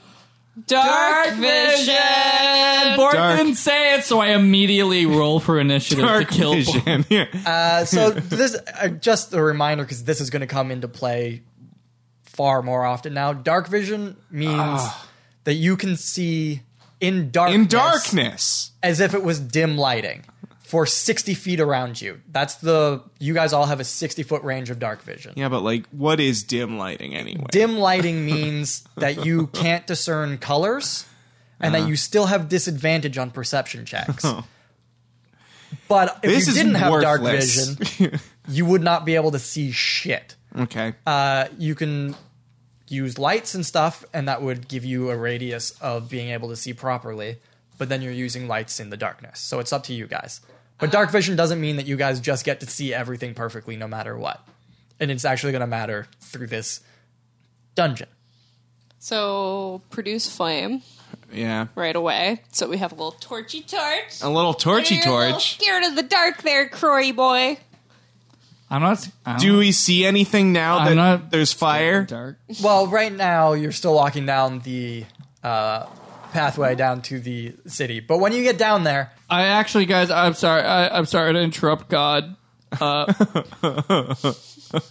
Speaker 2: Dark,
Speaker 4: Dark
Speaker 2: vision.
Speaker 4: Bort
Speaker 3: Dark.
Speaker 4: didn't say it, so I immediately roll for initiative
Speaker 3: Dark
Speaker 4: to kill. Bort.
Speaker 3: vision. Yeah.
Speaker 1: Uh, so this, uh, just a reminder, because this is going to come into play far more often now. Dark vision means that you can see in darkness,
Speaker 3: Ah. In darkness.
Speaker 1: as if it was dim lighting for sixty feet around you. That's the you guys all have a sixty foot range of dark vision.
Speaker 3: Yeah, but like, what is dim lighting anyway?
Speaker 1: Dim lighting means that you can't discern colors and
Speaker 3: Uh-huh.
Speaker 1: that you still have disadvantage on perception checks. But if
Speaker 3: This
Speaker 1: you
Speaker 3: is
Speaker 1: didn't have dark
Speaker 3: worthless.
Speaker 1: vision, you would not be able to see shit.
Speaker 3: okay.
Speaker 1: Uh, you can use lights and stuff, and that would give you a radius of being able to see properly. But then you're using lights in the darkness, so it's up to you guys. But dark vision doesn't mean that you guys just get to see everything perfectly, no matter what. And it's actually going to matter through this dungeon.
Speaker 2: So produce flame
Speaker 3: yeah.
Speaker 2: right away. So we have a little torchy torch.
Speaker 3: A little torchy
Speaker 2: You're a little
Speaker 3: torch.
Speaker 2: scared of the dark there, Croy boy.
Speaker 4: I'm not. I don't
Speaker 3: Do we see anything now
Speaker 4: I'm
Speaker 3: that
Speaker 4: not-
Speaker 3: there's fire?
Speaker 4: dark.
Speaker 1: Well, right now you're still walking down the uh, pathway down to the city, but when you get down there,
Speaker 4: I actually, guys, I'm sorry. I, I'm sorry to interrupt God. Uh,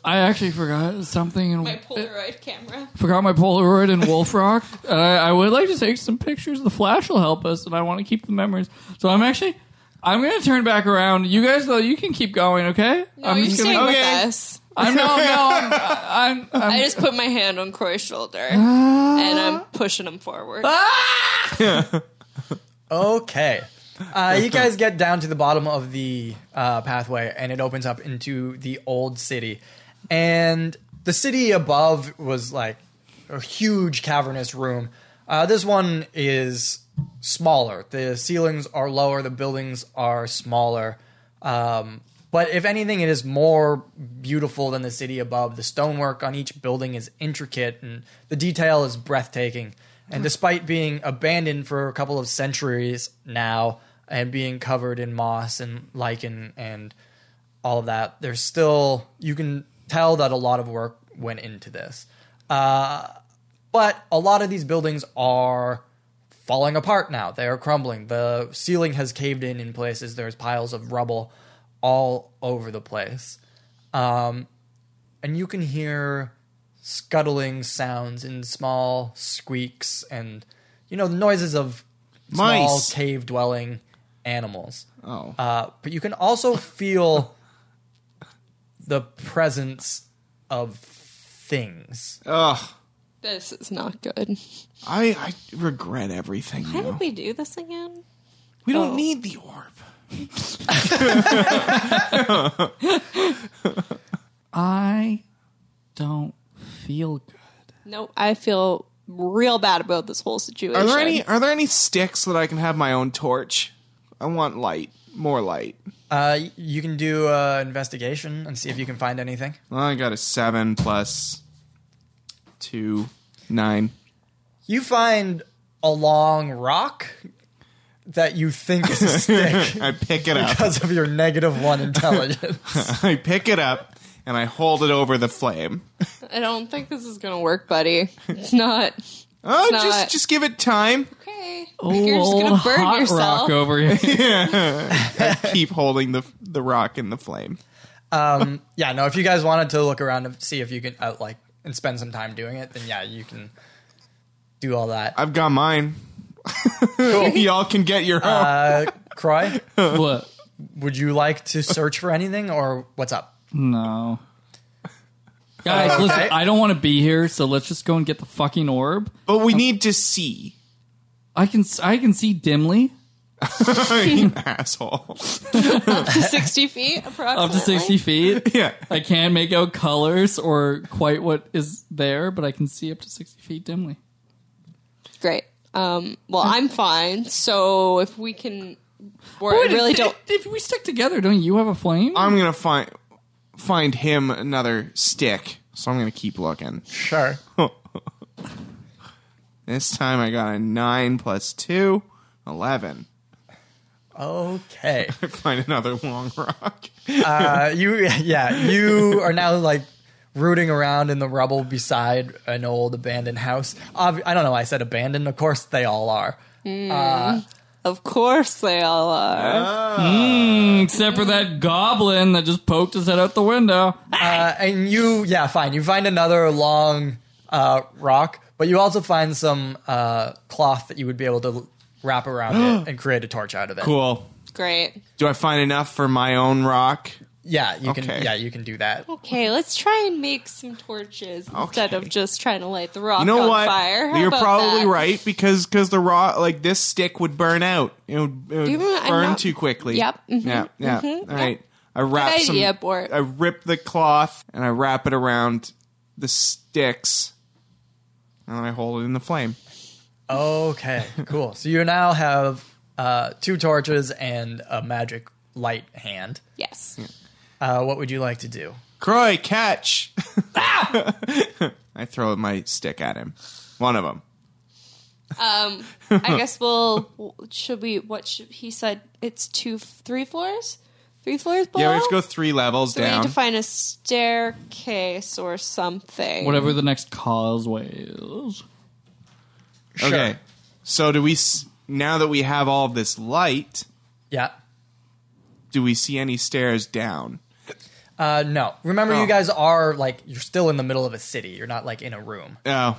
Speaker 4: I actually forgot something and
Speaker 3: Uh,
Speaker 2: My Polaroid camera.
Speaker 4: forgot my Polaroid and Wolf Rock. Uh, I would like to take some pictures. The flash will help us, and I want to keep the memories. So I'm actually, I'm going to turn back around. You guys, though, you can keep going, okay?
Speaker 2: No,
Speaker 4: I'm
Speaker 2: you're
Speaker 4: gonna-
Speaker 2: staying
Speaker 3: okay.
Speaker 2: with us.
Speaker 4: I'm no, no. I'm, I'm, I'm,
Speaker 2: I just put my hand on Croy's shoulder and
Speaker 4: Ah.
Speaker 2: I'm pushing him forward.
Speaker 1: okay, uh, you guys get down to the bottom of the uh, pathway, and it opens up into the old city. And the city above was like a huge cavernous room. Uh, this one is smaller. The ceilings are lower. The buildings are smaller. Um, but if anything, it is more beautiful than the city above. The stonework on each building is intricate and the detail is breathtaking. And despite being abandoned for a couple of centuries now and being covered in moss and lichen and all of that, there's still, you can tell that a lot of work went into this. Uh, but a lot of these buildings are falling apart now. They are crumbling. The ceiling has caved in in places. There's piles of rubble all over the place. Um, and you can hear scuttling sounds and small squeaks and, you know, the noises of small
Speaker 3: Mice.
Speaker 1: cave dwelling animals.
Speaker 3: Oh.
Speaker 1: Uh, but you can also feel the presence of things.
Speaker 3: Ugh.
Speaker 2: This is not good.
Speaker 3: I, I regret everything.
Speaker 2: How
Speaker 3: now.
Speaker 2: did we do this again?
Speaker 3: We don't need the orb.
Speaker 4: I don't feel good.
Speaker 2: No, I feel real bad about this whole situation.
Speaker 3: Are there any are there any sticks that I can have my own torch? I want light. More light.
Speaker 1: Uh, you can do uh, investigation and see if you can find anything.
Speaker 3: Well, I got a seven plus two nine.
Speaker 1: You find a long rock that you think is a stick
Speaker 3: I pick it up.
Speaker 1: because of your negative one intelligence.
Speaker 3: I pick it up and I hold it over the flame.
Speaker 2: I don't think this is gonna work, buddy. It's not.
Speaker 3: Oh,
Speaker 2: It's
Speaker 3: just
Speaker 2: not-
Speaker 3: just give it time.
Speaker 2: Okay.
Speaker 4: Ooh,
Speaker 2: You're just
Speaker 4: old
Speaker 2: gonna burn
Speaker 4: hot
Speaker 2: yourself.
Speaker 4: rock over here.
Speaker 3: Keep holding the the rock in the flame.
Speaker 1: Um, yeah, no, if you guys wanted to look around and see if you can, uh, like, and spend some time doing it, then yeah, you can do all that.
Speaker 3: I've got mine. Y'all can get your own.
Speaker 1: Uh, Croy,
Speaker 4: what?
Speaker 1: would you like to search for anything or what's up?
Speaker 4: No. Guys,
Speaker 1: Okay.
Speaker 4: listen, I don't want to be here, so let's just go and get the fucking orb.
Speaker 3: but we need to see.
Speaker 4: I can s- I can see dimly
Speaker 3: You asshole.
Speaker 2: to 60 feet approximately.
Speaker 4: up to 60 feet.
Speaker 3: Yeah.
Speaker 4: I can't make out colors or quite what is there, but I can see up to 60 feet dimly.
Speaker 2: Great. Um, well, I'm fine. So if we can, we're, I
Speaker 4: Wait,
Speaker 2: really
Speaker 4: if-
Speaker 2: don't.
Speaker 4: If we stick together, don't you have a flame?
Speaker 3: I'm gonna find find him another stick. So I'm gonna keep looking.
Speaker 1: Sure.
Speaker 3: This time I got a nine plus two, eleven.
Speaker 1: Okay.
Speaker 3: Find another long rock.
Speaker 1: Uh, you, yeah, you are now like rooting around in the rubble beside an old abandoned house. Ob- I don't know. why I said abandoned. Of course, they all are.
Speaker 2: Of course they all are.
Speaker 4: Mm, Except for that goblin that just poked his head out the window.
Speaker 1: Uh, and you, yeah, fine. You find another long uh, rock, but you also find some uh, cloth that you would be able to wrap around it and create a torch out of it.
Speaker 3: Cool.
Speaker 2: Great.
Speaker 3: Do I find enough for my own rock?
Speaker 1: Yeah, you can.
Speaker 3: Okay.
Speaker 1: Yeah, you can do that.
Speaker 2: Okay, let's try and make some torches instead of
Speaker 3: Okay.
Speaker 2: just trying to light the rock
Speaker 3: You know
Speaker 2: on
Speaker 3: what?
Speaker 2: fire. How
Speaker 3: You're
Speaker 2: about
Speaker 3: probably
Speaker 2: that?
Speaker 3: right because because the raw like this stick would burn out. It would, it would
Speaker 2: you know what? I'm
Speaker 3: burn
Speaker 2: not-
Speaker 3: too quickly.
Speaker 2: Yep. Mhm.
Speaker 3: Yeah. Yeah. All right. I wrap
Speaker 2: Good
Speaker 3: some.
Speaker 2: idea, Bort.
Speaker 3: I rip the cloth and I wrap it around the sticks, and I hold it in the flame.
Speaker 1: Okay, cool. So you now have uh, two torches and a magic light hand.
Speaker 2: Yes.
Speaker 1: Uh, what would you like to do?
Speaker 3: Croy, catch! I throw my stick at him. One of them.
Speaker 2: Um, I guess we'll. Should we? What should he said? It's two, three floors, three floors below.
Speaker 3: Yeah, we have to go three levels
Speaker 2: so we need
Speaker 3: down.
Speaker 2: to find a staircase or something.
Speaker 4: Whatever the next causeway is.
Speaker 3: okay. So do we? s- Now that we have all this light,
Speaker 1: Yeah.
Speaker 3: do we see any stairs down?
Speaker 1: Uh, no. Remember,
Speaker 3: Oh.
Speaker 1: you guys are like you're still in the middle of a city. You're not like in a room.
Speaker 3: Oh.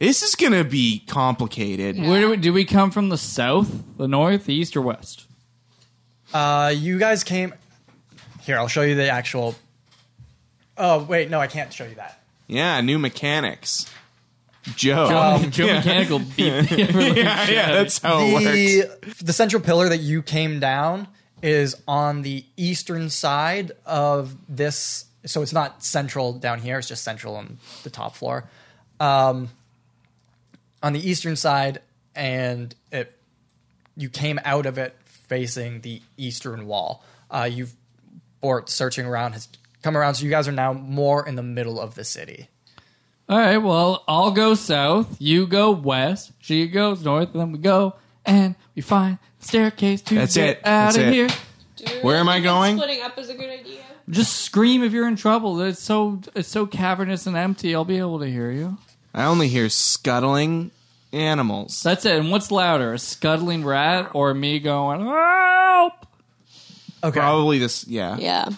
Speaker 3: This is gonna be complicated.
Speaker 4: Where do we, do we come from? The south, the north, the east, or west?
Speaker 1: Uh, you guys came here. I'll show you the actual. Oh wait, no, I can't show you that.
Speaker 3: Yeah, new mechanics. Joe.
Speaker 4: Joe
Speaker 3: Um, yeah.
Speaker 4: Mechanical beat the ever living
Speaker 3: yeah, yeah,
Speaker 4: shit.
Speaker 3: that's how it works.
Speaker 1: The the central pillar that you came down is on the eastern side of this. So it's not central down here. It's just central on the top floor. Um, on the eastern side, and it you came out of it facing the eastern wall. Uh, you've Bort searching around has come around, so you guys are now more in the middle of the city.
Speaker 4: All right, well, I'll go south, you go west, she goes north, and then we go and we find the staircase to
Speaker 3: That's
Speaker 4: get
Speaker 3: it.
Speaker 4: out
Speaker 3: That's
Speaker 4: of
Speaker 3: it.
Speaker 4: here.
Speaker 3: Where am I going?
Speaker 2: Splitting up is a good idea.
Speaker 4: Just scream if you're in trouble. It's so it's so cavernous and empty. I'll be able to hear you.
Speaker 3: I only hear scuttling animals.
Speaker 4: That's it. And what's louder, a scuttling rat or me going help?
Speaker 1: Okay,
Speaker 3: Probably this yeah.
Speaker 2: Yeah.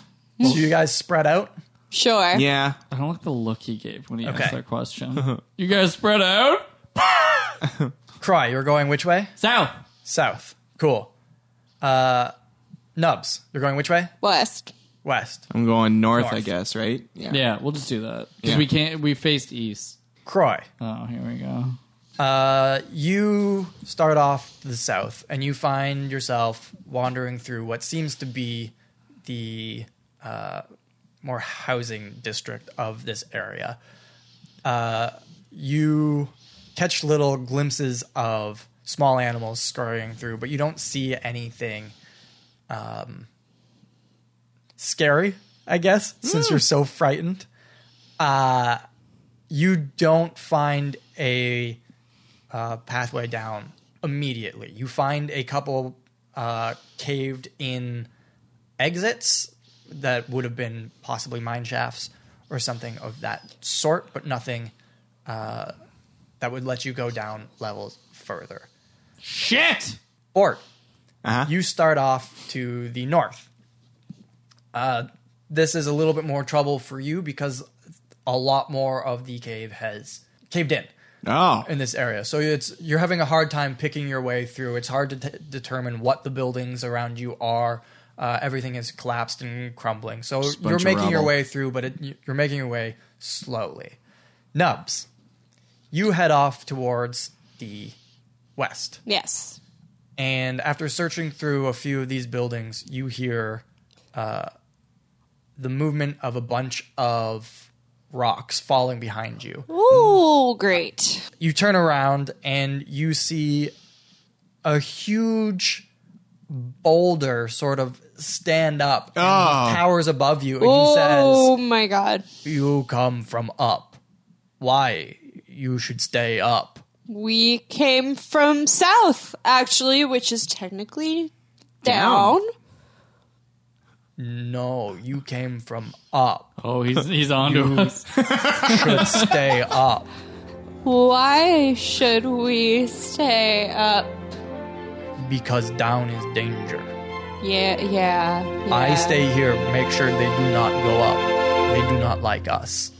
Speaker 1: so you guys spread out.
Speaker 2: Sure.
Speaker 3: Yeah.
Speaker 4: I don't like the look he gave when he
Speaker 1: Okay.
Speaker 4: asked that question. you guys spread out
Speaker 1: Cry, you're going which way?
Speaker 4: south.
Speaker 1: South. Cool. Uh, Nubs, you're going which way?
Speaker 2: West.
Speaker 1: West.
Speaker 3: I'm going north, I
Speaker 1: North.
Speaker 3: guess, right?
Speaker 4: Yeah, we'll just do that because
Speaker 3: Yeah.
Speaker 4: we can't. We faced east.
Speaker 1: Croy,
Speaker 4: Oh, here we go.
Speaker 1: uh, you start off to the south and you find yourself wandering through what seems to be the uh, more housing district of this area. Uh, you catch little glimpses of small animals scurrying through, but you don't see anything um, scary, I guess, since you're so frightened. Uh, you don't find a uh, pathway down immediately. You find a couple uh, caved in exits that would have been possibly mine shafts or something of that sort, but nothing uh, that would let you go down levels further.
Speaker 3: Shit!
Speaker 1: Or
Speaker 3: Uh-huh.
Speaker 1: you start off to the north. Uh, this is a little bit more trouble for you because a lot more of the cave has caved in
Speaker 3: Oh.
Speaker 1: in this area. So it's you're having a hard time picking your way through. It's hard to t- determine what the buildings around you are. Uh, everything is collapsed and crumbling. So
Speaker 3: Just a
Speaker 1: you're
Speaker 3: bunch of
Speaker 1: making your
Speaker 3: rubble.
Speaker 1: way through, but it, you're making your way slowly. Nubs, you head off towards the west.
Speaker 2: Yes.
Speaker 1: And after searching through a few of these buildings, you hear uh, the movement of a bunch of rocks falling behind you.
Speaker 2: Ooh, great.
Speaker 1: You turn around and you see a huge boulder sort of stand up and
Speaker 3: Oh.
Speaker 1: towers above you. And he
Speaker 2: Oh
Speaker 1: says,
Speaker 2: my god.
Speaker 1: You come from up. Why? You should stay up.
Speaker 2: We came from south, actually, which is technically down.
Speaker 1: No, you came from up.
Speaker 4: Oh, he's he's on to us.
Speaker 1: Should stay up.
Speaker 2: Why should we stay up?
Speaker 1: because down is danger.
Speaker 2: Yeah, yeah.
Speaker 1: I
Speaker 2: yeah.
Speaker 1: stay here, make sure they do not go up. They do not like us.